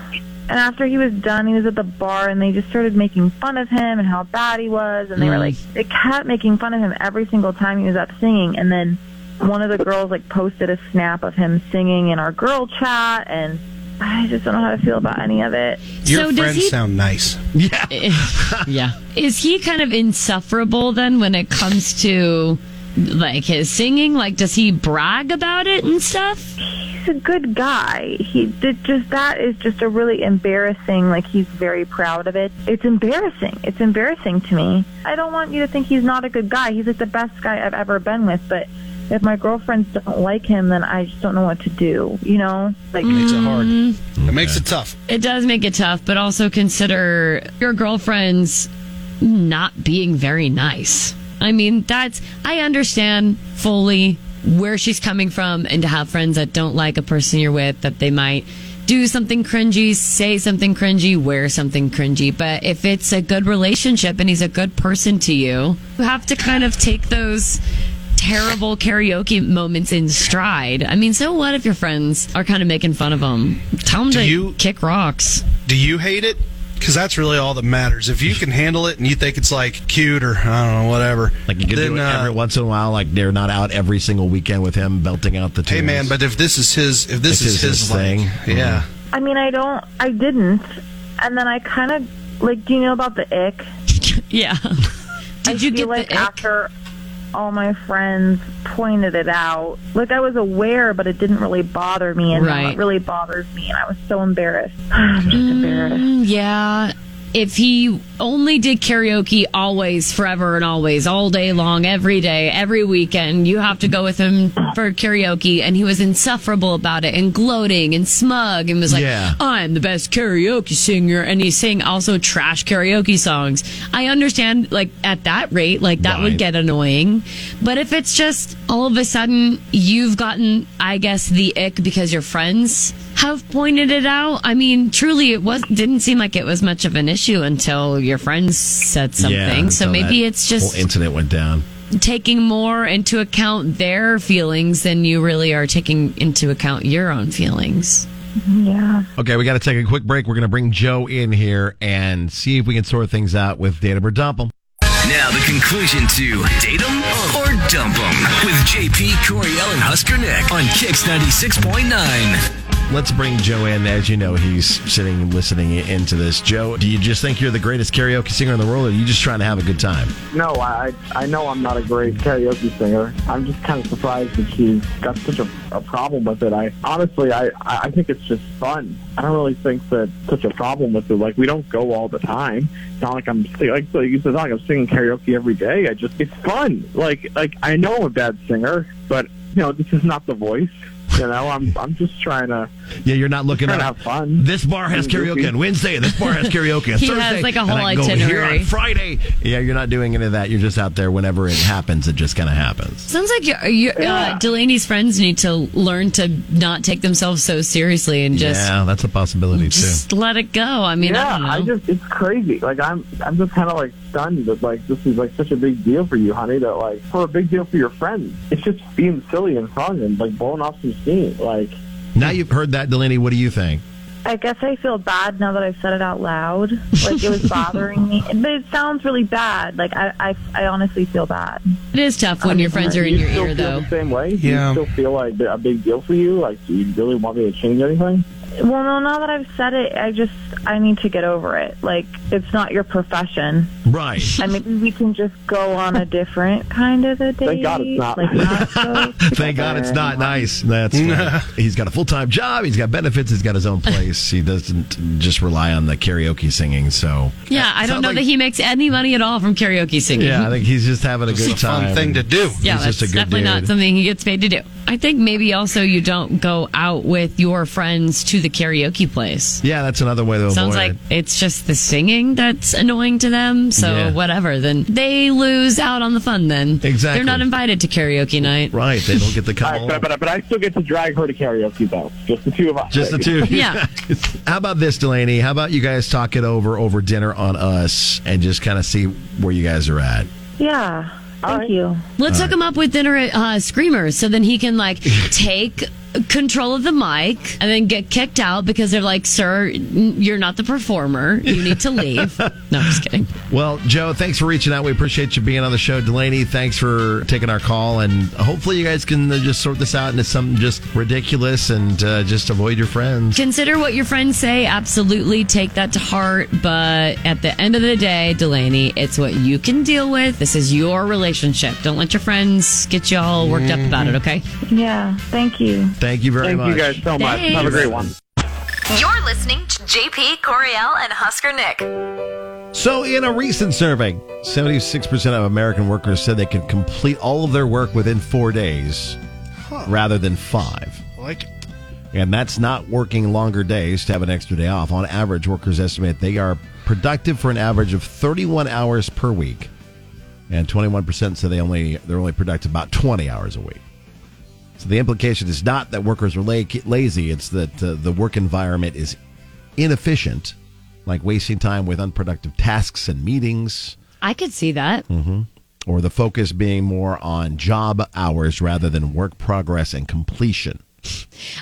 Q: And after he was done, he was at the bar and they just started making fun of him and how bad he was. And they
I: Mm.
Q: were like, they kept making fun of him every single time he was up singing. And then one of the girls like posted a snap of him singing in our girl chat and. I just don't know how to feel about any of it.
J: Your
I: So does
J: friends
I: he-
J: sound nice.
I: Yeah. <laughs> yeah. Is he kind of insufferable then when it comes to like his singing? Like, does he brag about it and stuff?
Q: he's a good guy. He did just that is just a really embarrassing. Like he's very proud of it. It's embarrassing. It's embarrassing to me. I don't want you to think he's not a good guy. He's like the best guy I've ever been with. But if my girlfriends don't like him, then I just don't know what to do. You know, like
J: Makes it hard. Mm. It makes it tough.
I: It does make it tough, but also consider your girlfriend's not being very nice. I mean, that's, I understand fully where she's coming from and to have friends that don't like a person you're with, that they might do something cringy, say something cringy, wear something cringy. But if it's a good relationship and he's a good person to you, you have to kind of take those terrible karaoke moments in stride. I mean, so what if your friends are kind of making fun of him? Tell them to kick rocks.
J: Do you hate it? Because that's really all that matters. If you can handle it and you think it's like cute or I don't know whatever,
H: Like you could
J: then,
H: do it
J: uh,
H: every once in a while. Like they're not out every single weekend with him belting out the. Tunes.
J: hey man, but if this is his, if this
H: This
J: is
H: is
J: his,
H: his
J: like,
H: thing.
J: yeah.
Q: I mean, I don't. I didn't. And then I kind of like. Do you know about the ick?
I: <laughs> Yeah.
Q: Did you get like after all my friends pointed it out? Like I was aware, but it didn't really bother me, and now
I: Right.
Q: it really bothers me, and I was so embarrassed. <sighs> I'm just embarrassed.
I: Mm, yeah. If he only did karaoke always, forever and always, all day long, every day, every weekend, you have to go with him for karaoke, and he was insufferable about it and gloating and smug and was like,
R: Yeah.
I: I'm the best karaoke singer. And he sang also trash karaoke songs. I understand, like, at that rate, like, that would
R: Right.
I: get annoying. But if it's just all of a sudden you've gotten, I guess, the ick because your friends have pointed it out, I mean, truly, it was didn't seem like it was much of an issue until your friends said something.
H: Yeah,
I: so
H: until
I: maybe
H: that
I: it's just
H: whole incident went down.
I: taking more into account their feelings than you really are taking into account your own feelings.
Q: Yeah.
H: Okay, we got to take a quick break. We're going to bring Joe in here and see if we can sort things out with Datum or Dump 'em.
E: Now the conclusion to date 'em or dump 'em with JP Coriel and Husker Nick on Kicks 96.9.
H: Let's bring Joe in. As you know, he's sitting and listening into this. Joe, do you just think you're the greatest karaoke singer in the world, or are you just trying to have a good time?
S: No, I I know I'm not a great karaoke singer. I'm just kind of surprised that she's got such a, a problem with it. I honestly, I I I think it's just fun. I don't really think that such a problem with it. Like we don't go all the time. It's not like I'm like so you said, not like I'm singing karaoke every day. I just it's fun. Like like I know I'm a bad singer, but you know this is not the voice. You know, I'm I'm just trying to.
H: Yeah, you're not looking
S: trying
H: at-
S: to have fun. Mm-hmm.
H: This bar has karaoke on Wednesday, and this bar has karaoke
I: <laughs>
H: on
I: He
H: Thursday.
I: has, like, a
H: and
I: whole
H: I can go here on
I: itinerary.
H: Friday. Yeah, you're not doing any of that. You're just out there whenever it happens. It just kind of happens.
I: Sounds like your, your, uh, Delaney's friends need to learn to not take themselves so seriously and just
H: yeah, that's a possibility
I: just let it go. I mean,
S: yeah,
I: I don't know.
S: just it's crazy. Like I'm I'm just kind of like stunned that like this is like such a big deal for you, honey. That like for a big deal for your friends, it's just being silly and fun and like blowing off some steam. Like
H: too. Now you've heard that, Delaney. What do you think?
Q: I guess I feel bad now that I've said it out loud. Like it was bothering me, but it sounds really bad. Like I, I, I honestly feel bad.
I: It is tough when your friends are in
S: you
I: your
S: still
I: ear,
S: feel
I: though.
S: The same way.
J: Yeah.
S: Do you still feel like a big deal for you? Like, do you really want me to change anything?
Q: Well, no, now that I've said it, I just I need to get over it. Like it's not your profession.
I: <laughs>
H: Right.
Q: And maybe we can just go on a different kind of a date.
H: Thank God it's not.
Q: Like not
I: <laughs>
Q: so.
H: Thank God it's not nice. That's fine. he's got a full time job. He's got benefits. He's got his own place. He doesn't just rely on the karaoke singing. So
I: Yeah, I don't know that he makes any money at all from karaoke singing.
H: yeah, I think he's just having a
J: It's
H: good
J: a
H: Mm-hmm. time.
J: fun thing to do.
I: Yeah, that's definitely not something he gets paid to do. I think maybe also you don't go out with your friends to the karaoke place.
H: Yeah, that's another way to
I: Sounds
H: avoid
I: like
H: it.
I: it's just the singing that's annoying to them. So
H: Yeah.
I: whatever, then they lose out on the fun. Then
H: Exactly.
I: they're not invited to karaoke night.
H: Right, they don't get the
J: <laughs>
H: come
S: But, but, but I still get to drag her to karaoke though. Just the two of us.
H: Just the two. of you
I: Yeah.
H: guys. <laughs> How about this, Delaney? How about you guys talk it over over dinner on us and just kind of see where you guys are at?
Q: Yeah. Thank you.
I: Let's hook him up with dinner at uh, Screamers so then he can <laughs> like take control of the mic and then get kicked out because they're like, "Sir, n- you're not the performer. You need to leave." <laughs> no, I'm just kidding.
H: Well, Joe, thanks for reaching out. We appreciate you being on the show. Delaney, thanks for taking our call. And hopefully, you guys can uh, just sort this out into something just ridiculous and uh, just avoid your friends.
I: Consider what your friends say. Absolutely take that to heart. But at the end of the day, Delaney, it's what you can deal with. This is your relationship. Don't let your friends get you all worked up about it, okay?
Q: Yeah. Thank you.
H: Thank you very
S: Thank
H: much.
S: you guys so much. Have a
H: Thanks.
S: great one.
A: You're listening to JP Coriel and Husker Nick.
H: So, in a recent survey, 76% of American workers said they can complete all of their work within four days rather than five.
J: Like it.
H: And that's not working longer days to have an extra day off. On average, workers estimate they are productive for an average of 31 hours per week. And 21% say they only they're only productive about 20 hours a week. So the implication is not that workers are la- lazy, it's that uh, the work environment is inefficient, like wasting time with unproductive tasks and meetings.
I: I could see that.
H: Mm-hmm. Or the focus being more on job hours rather than work progress and completion.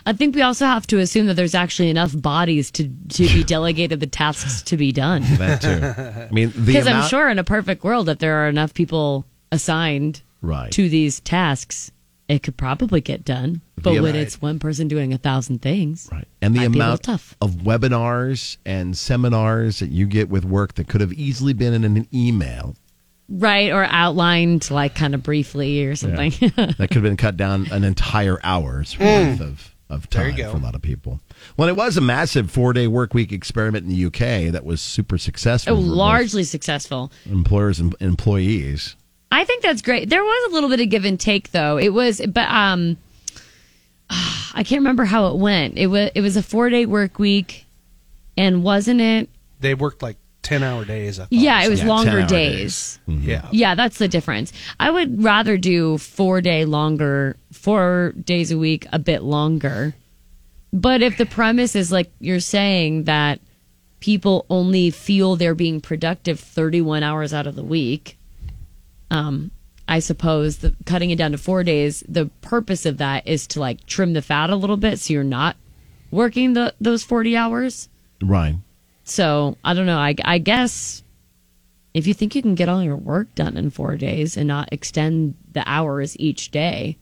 I: I think we also have to assume that there's actually enough bodies to, to <laughs> be delegated the tasks to be done. <laughs>
H: That too. I mean, the
I: Because I'm
H: amount-
I: sure in a perfect world, if there are enough people assigned
H: Right.
I: to these tasks, it could probably get done. But
H: The-
I: when
H: Right.
I: it's one person doing a thousand things,
H: right? and the
I: might be a little
H: amount of webinars and seminars that you get with work that could have easily been in an email
I: right or outlined like kind of briefly or
H: <laughs>
I: something. <laughs>
H: that could have been cut down an entire hour's
I: Mm.
H: worth of, of
I: There you
H: time
I: go.
H: for a lot of people. Well, it was a massive four day work week experiment in the UK that was super successful.
I: oh,
H: for both
I: largely successful.
H: employers and employees.
I: I think that's great. There was a little bit of give and take though. It was but um <sighs> I can't remember how it went. It was it was a 4-day work week and wasn't it?
H: Oh,
J: They worked like ten hour days. I thought,
I: Yeah, it was
J: Yeah,
I: longer
J: 10-hour
I: days.
J: Yeah.
H: Mm-hmm.
I: Yeah, that's the difference. I would rather do 4-day longer 4 days a week a bit longer. But if the premise is like you're saying that people only feel they're being productive 31 hours out of the week, um, I suppose the cutting it down to four days, the purpose of that is to like trim the fat a little bit so you're not working the those 40 hours.
H: Right.
I: So I don't know. I, I guess if you think you can get all your work done in four days and not extend the hours each day,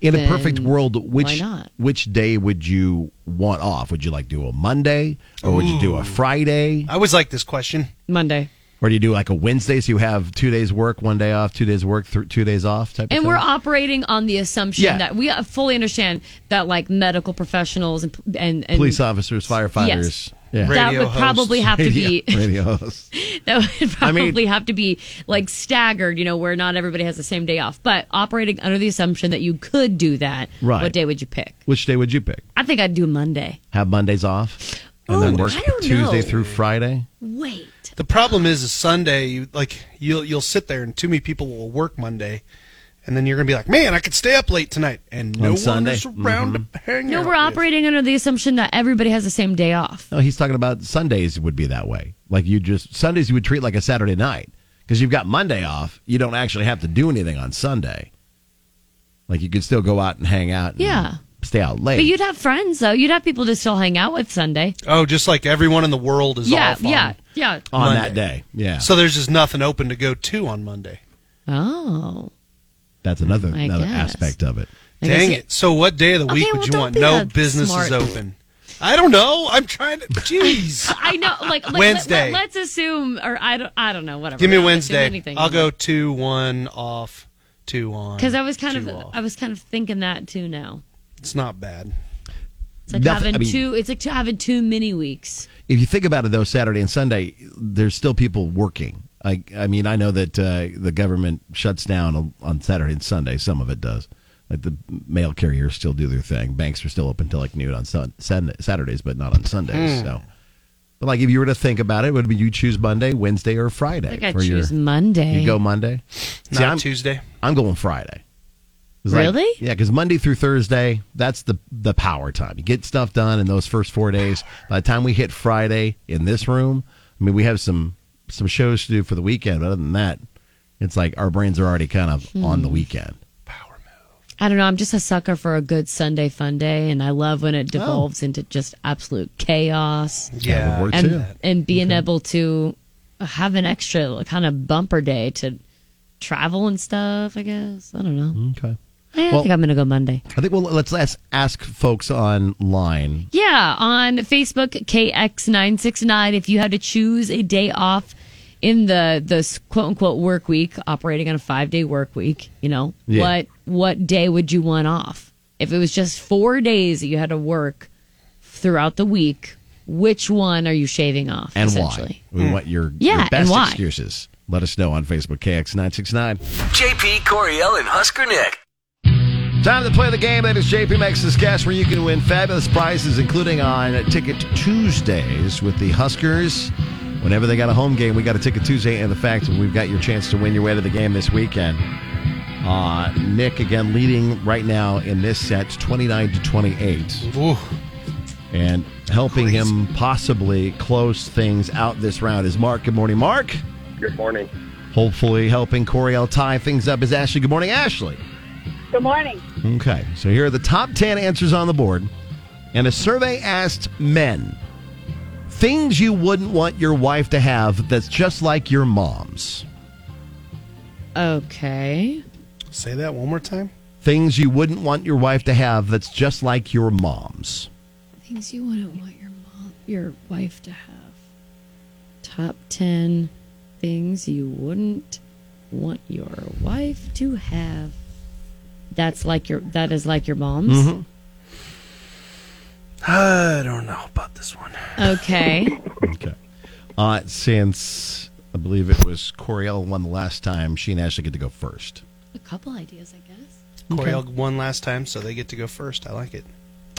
H: In a
I: then
H: perfect world, which
I: why not?
H: which day would you want off? Would you like do a Monday or would you do a
J: Ooh.
H: Friday?
J: I always like this question.
I: Monday.
H: Or do you do like a Wednesday so you have two days work, one day off, two days work, th- two days off type of
I: And
H: thing?
I: we're operating on the assumption
H: Yeah.
I: that we uh, fully understand that like medical professionals and and, and
H: Police officers, firefighters.
I: Yes. That would probably have to
H: <laughs>
I: be-
H: Radio- radio hosts.
I: <laughs> that would
H: I mean-
I: probably have to be like staggered, you know, where not everybody has the same day off. But operating under the assumption that you could do that,
H: Right.
I: what day would you pick?
H: Which day would you pick?
I: I think I'd do Monday.
H: Have Mondays off and then
J: Ooh,
H: work
J: I don't
H: Tuesday
J: know.
H: through Friday?
I: Wait.
J: The problem is, is Sunday. You like you'll you'll sit there, and too many people will work Monday, and then you're gonna be like, man, I could stay up late tonight, and
H: On
J: no one
H: Sunday? Mm-hmm.
J: is around to hang
I: No,
J: out
I: we're
J: with.
I: operating under the assumption that everybody has the same day off.
H: No, he's talking about Sundays would be that way. Like you just Sundays you would treat like a Saturday night because you've got Monday off. You don't actually have to do anything on Sunday. Like you could still go out and hang out. and
I: Yeah.
H: stay out late.
I: But you'd have friends though. You'd have people to still hang out with Sunday.
J: Oh, just like everyone in the world is
I: yeah,
J: off on
I: yeah, yeah.
H: On that day. Yeah.
J: So there's just nothing open to go to on Monday.
I: Oh.
H: That's another
I: I
H: another
I: guess.
H: aspect of it.
I: I guess
J: Dang
I: you-
J: it. So what day of the
I: Okay,
J: week
I: well,
J: would you
I: don't
J: want?
I: be
J: No
I: that
J: business is
I: smart.
J: open. I don't know. I'm trying
I: <laughs>
J: to. Jeez.
I: <laughs> I know. Like let- let-
J: Wednesday.
I: Let, us assume, or I don't. I don't know. Whatever.
J: Give me
I: Let's assume
J: Wednesday.
I: anything.
J: I'll go two, one off, two on.
I: Because I was kind
J: two
I: of,
J: off.
I: I was kind of thinking that too. Now
J: It's not bad.
I: it's like
H: Nothing-
I: having
H: I mean-
I: two. It's like having two mini weeks.
H: If you think about it, though, Saturday and Sunday, there's still people working. I, I mean, I know that uh, the government shuts down on, on Saturday and Sunday. Some of it does. Like the mail carriers still do their thing. Banks are still open till like noon on sun, Sun- Saturdays, but not on Sundays.
I: Hmm.
H: So, but like if you were to think about it, would be you choose Monday, Wednesday, or Friday?
I: Like I
H: for your-
I: choose Monday.
H: You go Monday.
J: Not Tuesday.
H: I'm going Friday. 'Cause, like,
I: Really?
H: yeah, because Monday through Thursday, that's the the power time. You get stuff done in those first four days. By the time we hit Friday in this room, I mean we have some some shows to do for the weekend. But other than that, it's like our brains are already kind of
I: Hmm.
H: on the weekend.
I: I don't know. I'm just a sucker for a good Sunday fun day, and I love when
J: Oh.
I: it devolves into just absolute chaos.
H: Yeah, Yeah, we're
I: and
H: too.
I: and being able to have an extra kind of bumper day to travel and stuff. I guess I don't know.
H: Okay.
I: Eh, I
H: Well-
I: think I'm gonna go Monday.
H: I think well let's let's ask folks online.
I: Yeah, on Facebook KX969 if you had to choose a day off in the the quote unquote work week operating on a 5-day work week, you know.
R: Yeah.
I: What what day would you want off? If it was just 4 days that you had to work throughout the week, which one are you shaving off
H: And why?
I: essentially? Hmm.
H: We want your,
I: Yeah,
H: your
I: and
H: best
I: why?
H: excuses. Let us know on Facebook, KX969.
E: JP Coriel and Husker Nick.
H: Time to play the game that is JP Max's Guess, where you can win fabulous prizes, including on Ticket Tuesdays with the Huskers. Whenever they got a home game, we got a Ticket Tuesday, and the fact that we've got your chance to win your way to the game this weekend. Uh, Nick again leading right now in this set, twenty nine to twenty eight, and helping him possibly close things out this round is Mark. Good morning, Mark.
T: Good morning.
H: Hopefully, helping Coriel tie things up is Ashley. Good morning, Ashley.
U: Good morning.
H: Okay, so here are the top 10 answers on the board. And a survey asked men things you wouldn't want your wife to have that's just like your mom's.
I: Okay.
J: Say that one more time.
H: Things you wouldn't want your wife to have that's just like your mom's.
I: Things you wouldn't want your mom, your wife to have. Top 10 things you wouldn't want your wife to have. That's like your that is like your mom's.
J: Mhm. I don't know about this one.
I: <laughs> Okay.
H: Okay. Uh, since I believe it was Coriel won the last time, she and Ashley get to go first.
I: A couple ideas, I guess.
J: Coriel won last time, so they get to go first. I like it.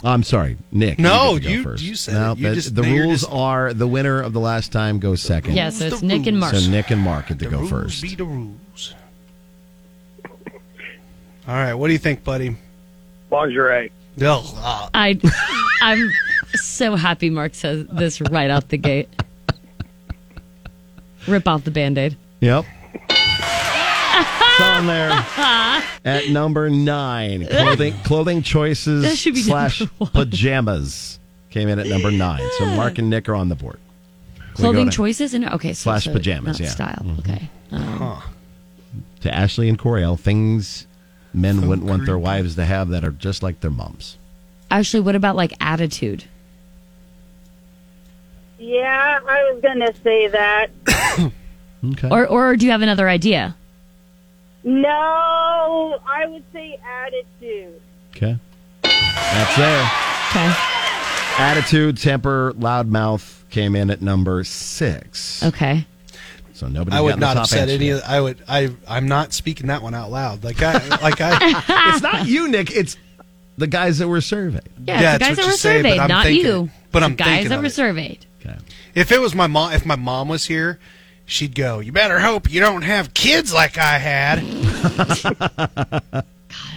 H: Oh, I'm sorry, Nick.
J: No,
H: get to go
J: you- you said it. You
H: but
J: just-
H: the
J: no, you're
H: rules
J: just-
H: are the winner of the last time goes second.
I: Yeah, so it's Nick and Mark.
H: So Nick and Mark get to
J: The
H: go
J: rules
H: first.
J: Be the rules. All right, what do you think, buddy?
T: Lingerie.
J: Oh, ah.
I: I I'm so happy Mark says this right out the gate. Rip off the band-aid.
H: Yep. it's on there. At number
I: <laughs>
H: nine, clothing clothing
I: That
H: choices
I: should be
H: slash
I: number
H: pajamas came in at number nine. So Mark and Nick are on the board. We go
I: Clothing
H: to-
I: choices and okay, so,
H: slash
I: so not
H: pajamas. yeah,
I: style.
H: Mm-hmm.
I: Okay. Um,
H: To Ashley and Coriel, things men wouldn't want their wives to have that are just like their moms.
I: Actually, what about like attitude?
U: Yeah, I was going to say that.
I: Or or do you have another idea?
U: No, I would say attitude.
H: Okay. That's there.
I: Okay.
H: Attitude, temper, loudmouth came in at number six.
I: Okay.
H: So nobody.
J: I
H: got
J: would
H: in the
J: not
H: top
J: upset
H: answer
J: any.
H: yet.
J: Of, I would. I. I'm not speaking that one out loud. Like <laughs> I. Like I.
I: <laughs>
H: it's not you, Nick. It's the guys that were surveyed.
I: Yeah,
J: Yeah,
I: the guys
J: it's what
I: that
J: you
I: were
J: say, but
I: surveyed,
J: I'm
I: not
J: thinking
I: you.
J: it. But
I: The
J: I'm
I: guys
J: thinking
I: that
J: of
I: were
J: it.
I: surveyed.
J: If it was my mom, if my mom was here, she'd go. You better hope you don't have kids like I had.
I: I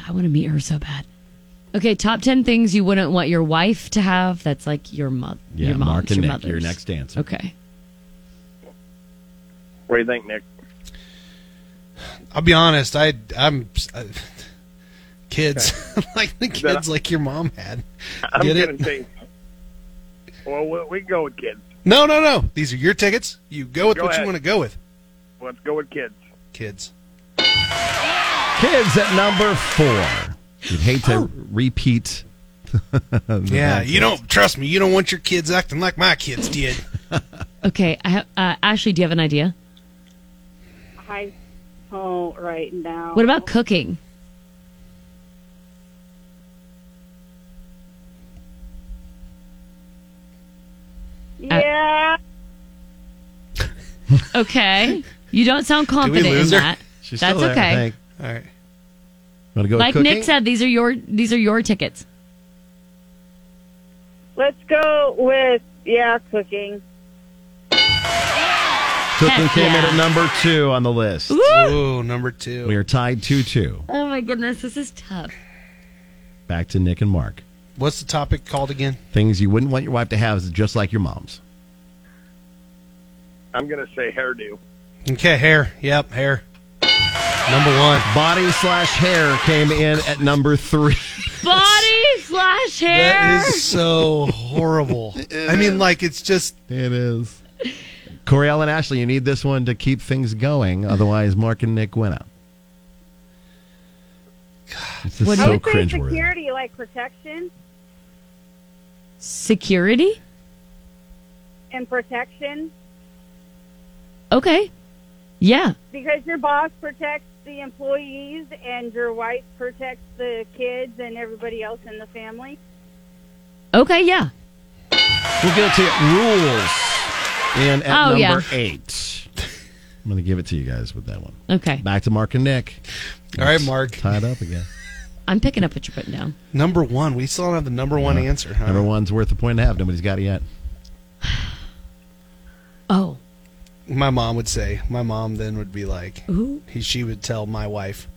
I: want to meet her so bad. Okay, top ten things you wouldn't want your wife to have. That's like your mother.
H: Yeah,
I: your mom's,
H: Mark and
I: your
H: Nick,
I: mother's.
H: your next answer.
I: Okay.
T: What do you think, Nick?
J: I'll be honest. I. I'm. I, <laughs> kids, <laughs> like the kids, like your mom had.
T: <laughs> I'm
J: Get
T: gonna
J: it?
T: say. Well, we- we can go with kids.
J: No, no, no. These are your tickets. You go with
T: Go
J: what
T: ahead.
J: you want to go with.
T: Let's go with kids.
J: Kids.
H: Kids at number four. You'd hate to repeat. the
J: Yeah,
H: bad
J: you
H: taste.
J: don't trust me. You don't want your kids acting like my kids
H: <laughs>
J: did.
I: Okay, I ha- uh, Ashley, do you have an idea?
U: I oh right now.
I: What about cooking? Uh,
U: Yeah.
I: Okay, you don't sound confident in that. That's okay.
J: All right.
H: Want to go
I: like
H: with cooking?
I: Nick said, these are your these are your tickets.
U: Let's go with yeah, cooking.
H: Cooking
I: Heck
H: came in
I: yeah.
H: at number two on the list.
I: Woo!
J: Ooh, number two.
H: We are tied 2 2.
I: Oh my goodness, this is tough.
H: Back to Nick and Mark.
J: What's the topic called again?
H: Things you wouldn't want your wife to have is just like your mom's.
T: I'm gonna say hairdo.
J: Okay, hair. Yep, hair. Number one.
H: Body slash hair came in at number three. <laughs>
I: Body slash hair.
J: That is
T: <laughs>
J: so horrible. I mean, like it's just
H: It is. Coriel and Ashley, you need this one to keep things going. Otherwise, Mark and Nick went out. This is
U: I
H: so
U: would say
H: cringeworthy.
U: security, like protection
I: Security.
U: and protection,
I: Okay. Yeah.
U: because your boss protects the employees and your wife protects the kids and everybody else in the family.
I: Okay. Yeah.
H: We'll get it to you. Rules. And at
I: Oh,
H: number
I: yeah.
H: eight. I'm going to give it to you guys with that one.
I: Okay.
H: Back to Mark and Nick.
J: All right, Mark.
H: Tied up again.
I: I'm picking up what you're putting down.
J: number one. We still don't have the number one
H: Yeah.
J: answer, huh?
H: Number one's worth a point and a half. Nobody's got it yet.
I: Oh.
J: My mom would say. My mom then would be like,
I: Ooh.
J: he, she would tell my wife,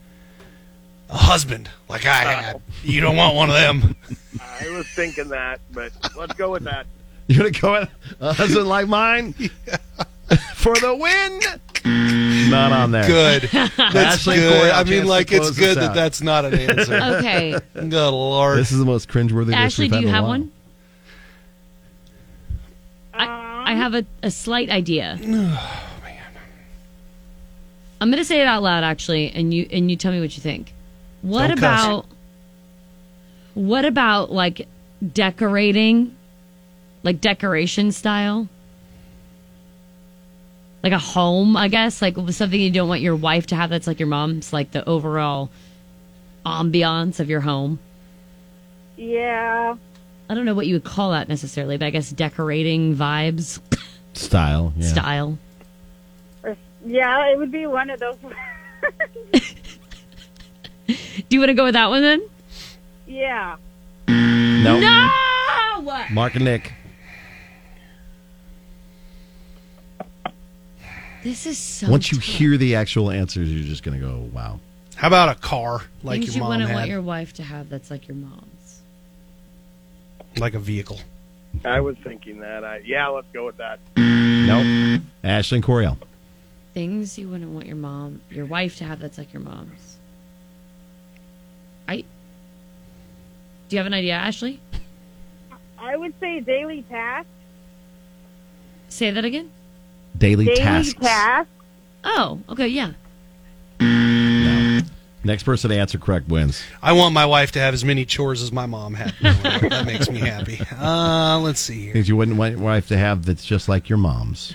J: a husband like I
H: Uh.
J: had. You don't want one of
H: <laughs>
J: them.
T: I was thinking that, but let's go with that.
H: You're going to go with a husband like mine for the win. Not on there. <laughs>
J: Good. That's
H: Ashley
J: good.
H: Corral,
J: I
H: chance
J: mean,
H: to
J: like it's
H: close
J: good
H: this
J: that
H: out.
J: that's not an answer.
H: <laughs>
I: Okay.
J: Good lord.
H: This is the most cringeworthy. list
I: Ashley,
H: we've
I: do
H: had
I: you
H: in a
I: have
H: while.
I: one? I, I have a, a slight
H: <sighs> Oh,
I: idea. I'm going to say it out loud, actually, and you and you tell me what you think. What
R: Don't cuss.
I: about what about like decorating, like decoration style, like a home, I guess, like something you don't want your wife to have. That's like your mom's, like the overall ambiance of your home.
U: Yeah.
I: I don't know what you would call that necessarily, but I guess decorating vibes
H: Style. Yeah.
I: style.
U: Or, yeah, it would be one of those.
I: <laughs> Do you want to go with that one then?
U: yeah.
H: No.
I: No.
H: Mark and Nick.
I: This is so.
H: Once you hear the actual answers, you're just going to go, wow.
J: How about a car like
I: things
J: your
I: you
J: mom
I: wouldn't
J: had,
I: want your wife to have. That's like your mom's.
J: like a vehicle?
T: I was thinking that. I yeah, let's go with that.
H: Nope. Ashley and Coriel.
I: Things you wouldn't want your mom, your wife to have. That's like your mom's. I. Do you have an idea, Ashley?
U: I would say daily tasks.
I: Say that again.
H: Daily, tasks.
U: tasks.
I: Oh, okay, yeah.
H: Next person to answer correct wins.
J: I want my wife to have as many chores as my
H: <laughs>
J: mom had. that makes me happy. Uh, let's see here.
H: Things you wouldn't want your wife to have that's just like your mom's.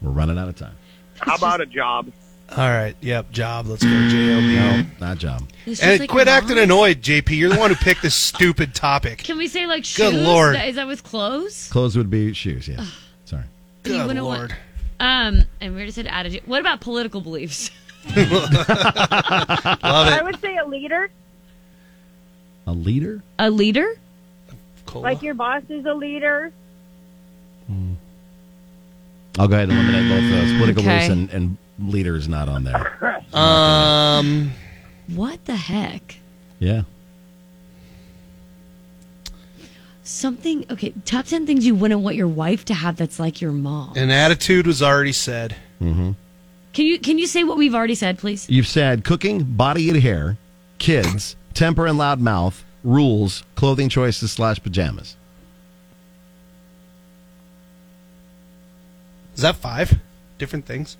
H: We're running out of time.
T: How about a job?
J: All right. Yep. Job. Let's go. Job. No,
H: not job.
I: It's just
J: And
I: like
J: quit
I: your
J: acting
I: mom's.
J: annoyed, JP. You're the one who picked this stupid topic.
I: Can we say like shoes?
J: Good Lord.
I: Is that with clothes?
H: Clothes would be shoes, yes. Sorry.
I: <laughs> You
J: Good
I: wouldn't want-
J: Lord.
I: um, and we just said attitude. What about political beliefs? <laughs>
J: Love
U: I would say a leader,
H: A leader?
I: A leader?
U: like your boss is a leader.
H: I'll go ahead and eliminate both of those. Political
I: Okay.
H: beliefs and, and leader is not on there.
J: it. Um.
I: What the heck?
H: Yeah.
I: Something. Okay, top ten things you wouldn't want your wife to have. That's like your mom.
J: An attitude was already said.
H: Mm-hmm.
I: Can you can you say what we've already said, please?
H: You've said cooking, body and hair, kids, temper and loudmouth, rules, clothing choices slash pajamas.
J: Is that five different things?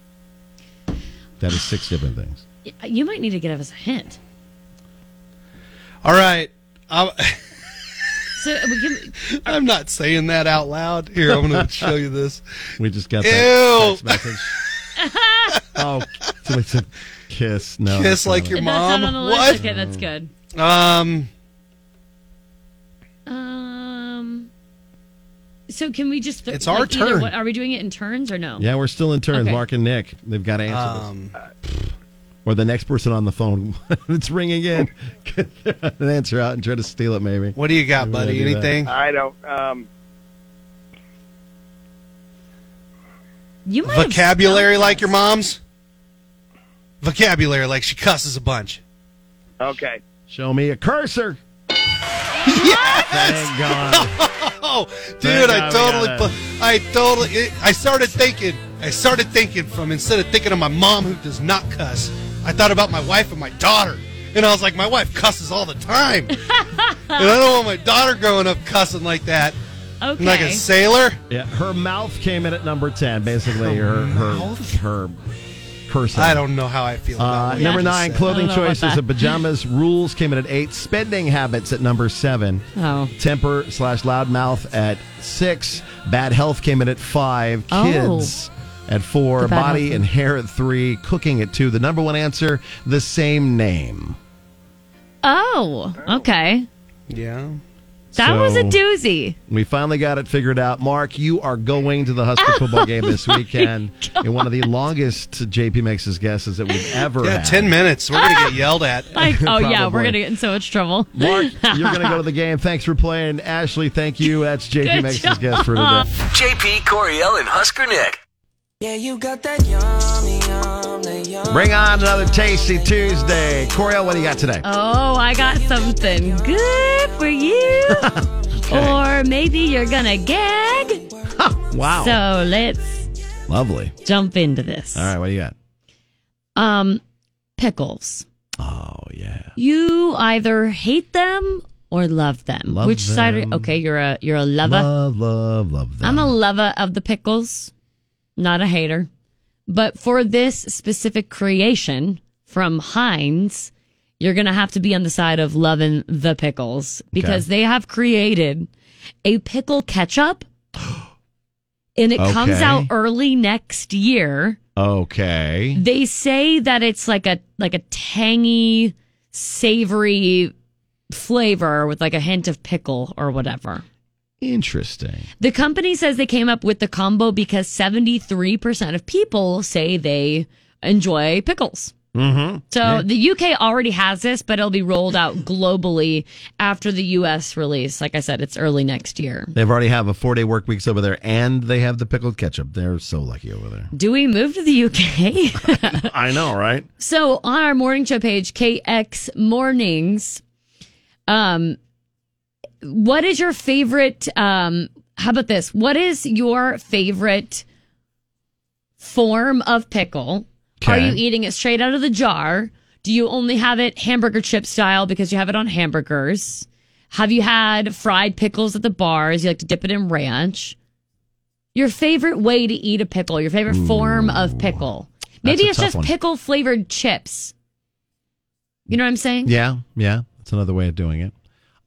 H: That is six different things.
I: You might need to give us a hint.
J: All right. I'm, <laughs>
I: So uh, we can,
J: I'm not saying that out loud. Here, I'm
H: <laughs>
J: going to show you this.
H: We just got
J: Ew.
H: that text message. oh, <laughs> so it's a kiss. No,
J: Kiss
H: that's not
J: like
H: it.
J: your
I: That's not
J: mom.
I: on the list.
J: what?
I: Okay, that's good.
J: Um,
I: Um. So can we just?
J: It's our
I: either
J: turn.
I: What, are we doing it in turns or no?
H: Yeah, we're still in turns.
I: Okay.
H: Mark and Nick, they've got to answer
J: Um,
H: this. Or the next person on the phone, <laughs> it's ringing in. <laughs> Get an answer out and try to steal it, maybe.
J: What do you got, buddy? Anything?
T: I don't. Um,
I: You might have
J: vocabulary
I: spelled
J: like
I: this.
J: your mom's. Vocabulary like she cusses a bunch.
T: okay.
H: Show me a cursor. Thank God.
J: Oh,
H: Thank
J: dude,
H: God
J: I
H: we
J: totally,
H: got
J: bu- I totally, it- I started thinking, I started thinking from instead of thinking of my mom who does not cuss, I thought about my wife and my daughter, and I was like, my wife cusses all
H: <laughs>
J: the time, and I don't want my daughter growing up cussing like that,
I: Okay.
J: like a sailor.
H: <laughs> Yeah, her mouth came in at number 10, basically. Her, her, her cursor.
J: I don't know how I feel. About
H: Uh,
J: what
H: number
J: you just
H: nine,
J: said.
H: clothing
I: I don't know about
H: choices
I: that.
H: and pajamas. Rules came in at eight. Spending habits at number seven.
I: Oh.
H: Temper slash loudmouth at six. Bad health came in at five.
I: Oh.
H: Kids at four.
I: The bad
H: Body
I: health.
H: and hair at three. Cooking at two. The number one answer, the same name.
I: Oh. Okay.
J: Yeah.
I: That
H: So-
I: was a doozy.
H: We finally got it figured out. Mark, you are going to the Husker
I: Oh
H: football game this weekend in one of the longest JP Mix's guesses that we've ever
J: Yeah,
H: had.
J: ten minutes. We're gonna get yelled at.
H: <laughs>
I: Like, oh yeah, we're
H: Probably.
I: gonna get in so much trouble.
H: Mark, you're going
I: <laughs>
H: to go to the game. Thanks for playing. Ashley, thank you. That's JP
I: Good
H: Mix's
I: job.
H: guest for today.
E: JP Coriel and Husker Nick.
R: Yeah, you got that yummy, yum, that yum.
H: Bring on another Tasty Tuesday. Coriel, what do you got today?
I: Oh, I got something good for you.
H: <laughs>
I: Or maybe you're gonna gag.
H: Wow.
I: So let's
H: Lovely.
I: jump into this.
H: All right, what do you got?
I: Um, pickles.
H: Oh, yeah.
I: You either hate them or love them.
H: Love
I: Which side?
H: them.
I: Are, okay, you're a you're a lover.
H: Love, love, love them.
I: I'm a lover of the pickles, not a hater. But for this specific creation from Heinz, you're going to have to be on the side of loving the pickles because they have created a pickle ketchup <gasps> and it comes
H: Okay.
I: out early next year.
H: okay.
I: They say that it's like a like a tangy, savory flavor with like a hint of pickle or whatever.
H: Interesting.
I: The company says they came up with the combo because 73% of people say they enjoy pickles.
H: Mm-hmm.
I: So the UK already has this, but it'll be rolled out globally after the US release. Like I said, it's early next year.
H: They've already have a four day work weeks over there, and they have the pickled ketchup. They're so lucky
I: <laughs>
H: over there.
I: Do we move to the UK?
H: I know, right?
I: <laughs> So on our morning show page, KX Mornings, um, what is your favorite? Um, how about this? What is your favorite form of pickle? Are
H: Okay.
I: you eating it straight out of the jar? Do you only have it hamburger chip style because you have it on hamburgers? Have you had fried pickles at the bars? You like to dip it in ranch? Your favorite way to eat a pickle, your favorite form of pickle. Maybe
H: a
I: it's
H: tough
I: just
H: one.
I: pickle flavored chips. You know what I'm saying?
H: Yeah, yeah. That's another way of doing it.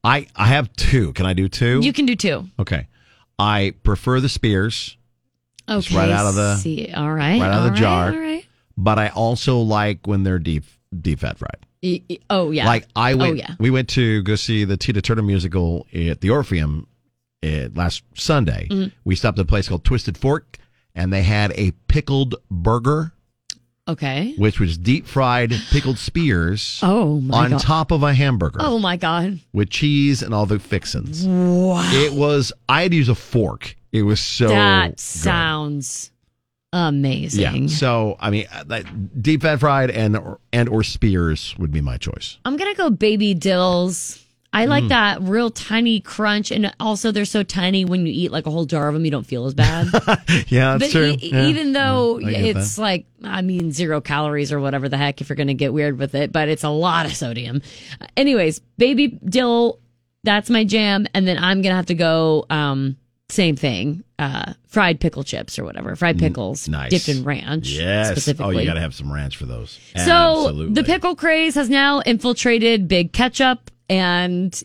H: I I have two. Can I do two?
I: You can do two.
H: okay. I prefer the spears,
I: Okay.
H: right out of the-
I: see. All right.
H: right out of
I: all
H: the jar.
I: All right.
H: but I also like when they're deep deep fat fried.
I: E- e- Oh yeah.
H: Like I went,
I: Oh yeah.
H: we went to go see the Tina Turner musical at the Orpheum eh, last Sunday.
I: Mhm.
H: We stopped at a place called Twisted Fork, and they had a pickled burger,
I: Okay.
H: which was deep fried pickled spears
I: Oh my
H: on
I: god.
H: top of a hamburger
I: Oh my god.
H: with cheese and all the fixins.
I: Wow.
H: It was. I had to use a fork. It was so
I: that
H: good.
I: sounds amazing.
H: Yeah. So I mean, uh, that deep fat fried and or, and or spears would be my choice.
I: I'm gonna go baby dills. I like
H: Mm.
I: that real tiny crunch, and also they're so tiny when you eat like a whole jar of them, you don't feel as bad.
H: Yeah,
I: but
H: <laughs> that's true.
I: e-
H: Yeah.
I: even though
H: I get
I: it's
H: that.
I: like, I mean, zero calories or whatever the heck, if you're going to get weird with it, but it's a lot of sodium. Anyways, baby dill, that's my jam, and then I'm going to have to go. Um, same thing, uh, fried pickle chips or whatever, fried pickles,
G: nice.
I: dipped in ranch.
G: Yes. Oh,
I: specifically.
G: you got to have some ranch for those.
I: So
G: Absolutely.
I: the pickle craze has now infiltrated big ketchup and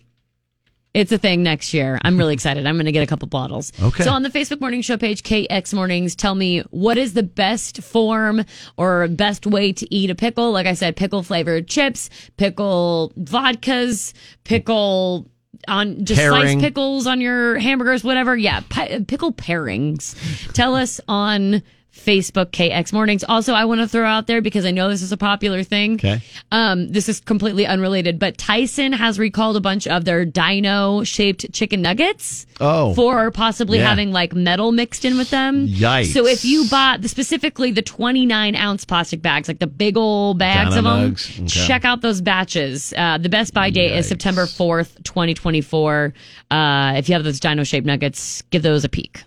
I: it's a thing next year. I'm
G: <laughs>
I: really excited. I'm going to get a couple bottles.
G: Okay.
I: So on the Facebook Morning Show page, KX Mornings, tell me what is the best form or best way to eat a pickle? Like I said, pickle flavored chips, pickle vodkas, pickle on just
H: Herring.
I: sliced pickles on your hamburgers, whatever. Yeah, pi- uh, pickle pairings. Tell us on Facebook KX Mornings. Also, I want to throw out there because I know this is a popular thing.
G: Okay.
I: Um, this is completely unrelated, but Tyson has recalled a bunch of their dino shaped chicken nuggets.
H: Oh.
I: For possibly
H: Yeah.
I: having like metal mixed in with them.
H: Yikes.
I: So if you bought the, specifically the 29 ounce plastic bags, like the big old bags
H: Dino
I: of them,
H: nugs. Okay.
I: check out those batches. Uh, the best buy date is September 4th, 2024. Uh, if you have those dino shaped nuggets, give those a peek.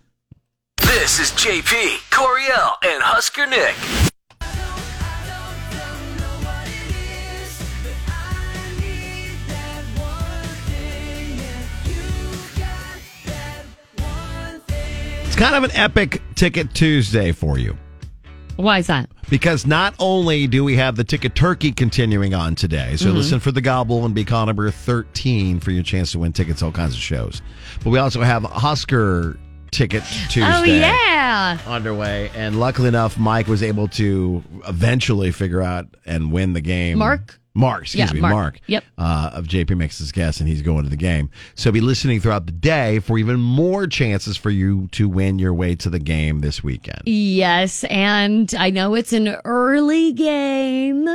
E: This is JP, Coriel, and Husker Nick.
H: It's kind of an epic Ticket Tuesday for you.
I: Why is that?
H: Because not only do we have the Ticket Turkey continuing on today, so
I: Mhm.
H: listen for the gobble and be call number 13 for your chance to win tickets to all kinds of shows. But we also have Husker Ticket Tuesday.
I: Oh, yeah.
H: Underway. And luckily enough, Mike was able to eventually figure out and win the game.
I: Mark?
H: Mark, excuse
I: Yeah,
H: me,
I: Mark.
H: Mark.
I: Yep.
H: Uh, of JP Mix's guest, and he's going to the game. So be listening throughout the day for even more chances for you to win your way to the game this weekend.
I: Yes, and I know it's an early game,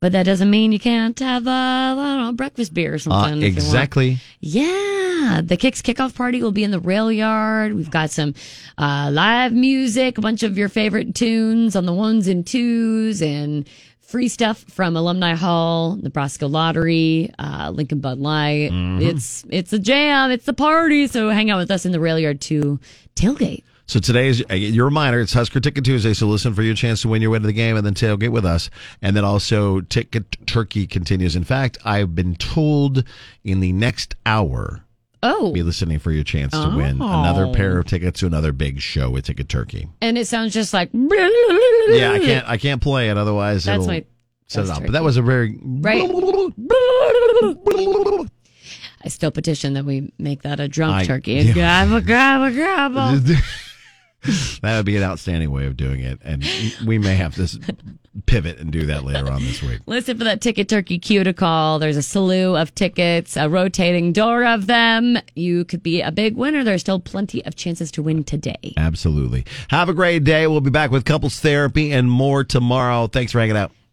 I: but that doesn't mean you can't have a I don't know, breakfast beer or
H: Uh,
I: something. if you want.
H: exactly.
I: Yeah, the Kicks kickoff party will be in the rail yard. We've got some uh, live music, a bunch of your favorite tunes on the ones and twos, and free stuff from Alumni Hall, Nebraska Lottery, uh, Lincoln Bud Light.
H: Mhm.
I: It's it's a jam. It's the party. So hang out with us in the rail yard to tailgate.
H: So today is uh, your reminder. It's Husker Ticket Tuesday. So listen for your chance to win your way to the game and then tailgate with us. And then also Ticket Turkey continues. In fact, I've been told in the next hour.
I: Oh.
H: Be listening for your chance to win
I: Oh.
H: another pair of tickets to another big show with Ticket Turkey.
I: And it sounds just like
H: Yeah, I can't. I can't play it. Otherwise,
I: Mm. That's
H: it'll
I: my-
H: set it
I: that's
H: up. But that was a very
I: Right. I still petition that we make that a drunk
H: I-
I: turkey.
H: yeah.
I: Grabba, grabba, grabba.
H: <laughs> that would be an outstanding way of doing it. And we may have to pivot and do that later on this week.
I: Listen for that ticket turkey cue to call. There's a slew of tickets, a rotating door of them. You could be a big winner. There's still plenty of chances to win today.
H: Absolutely. Have a great day. We'll be back with couples therapy and more tomorrow. Thanks for hanging out.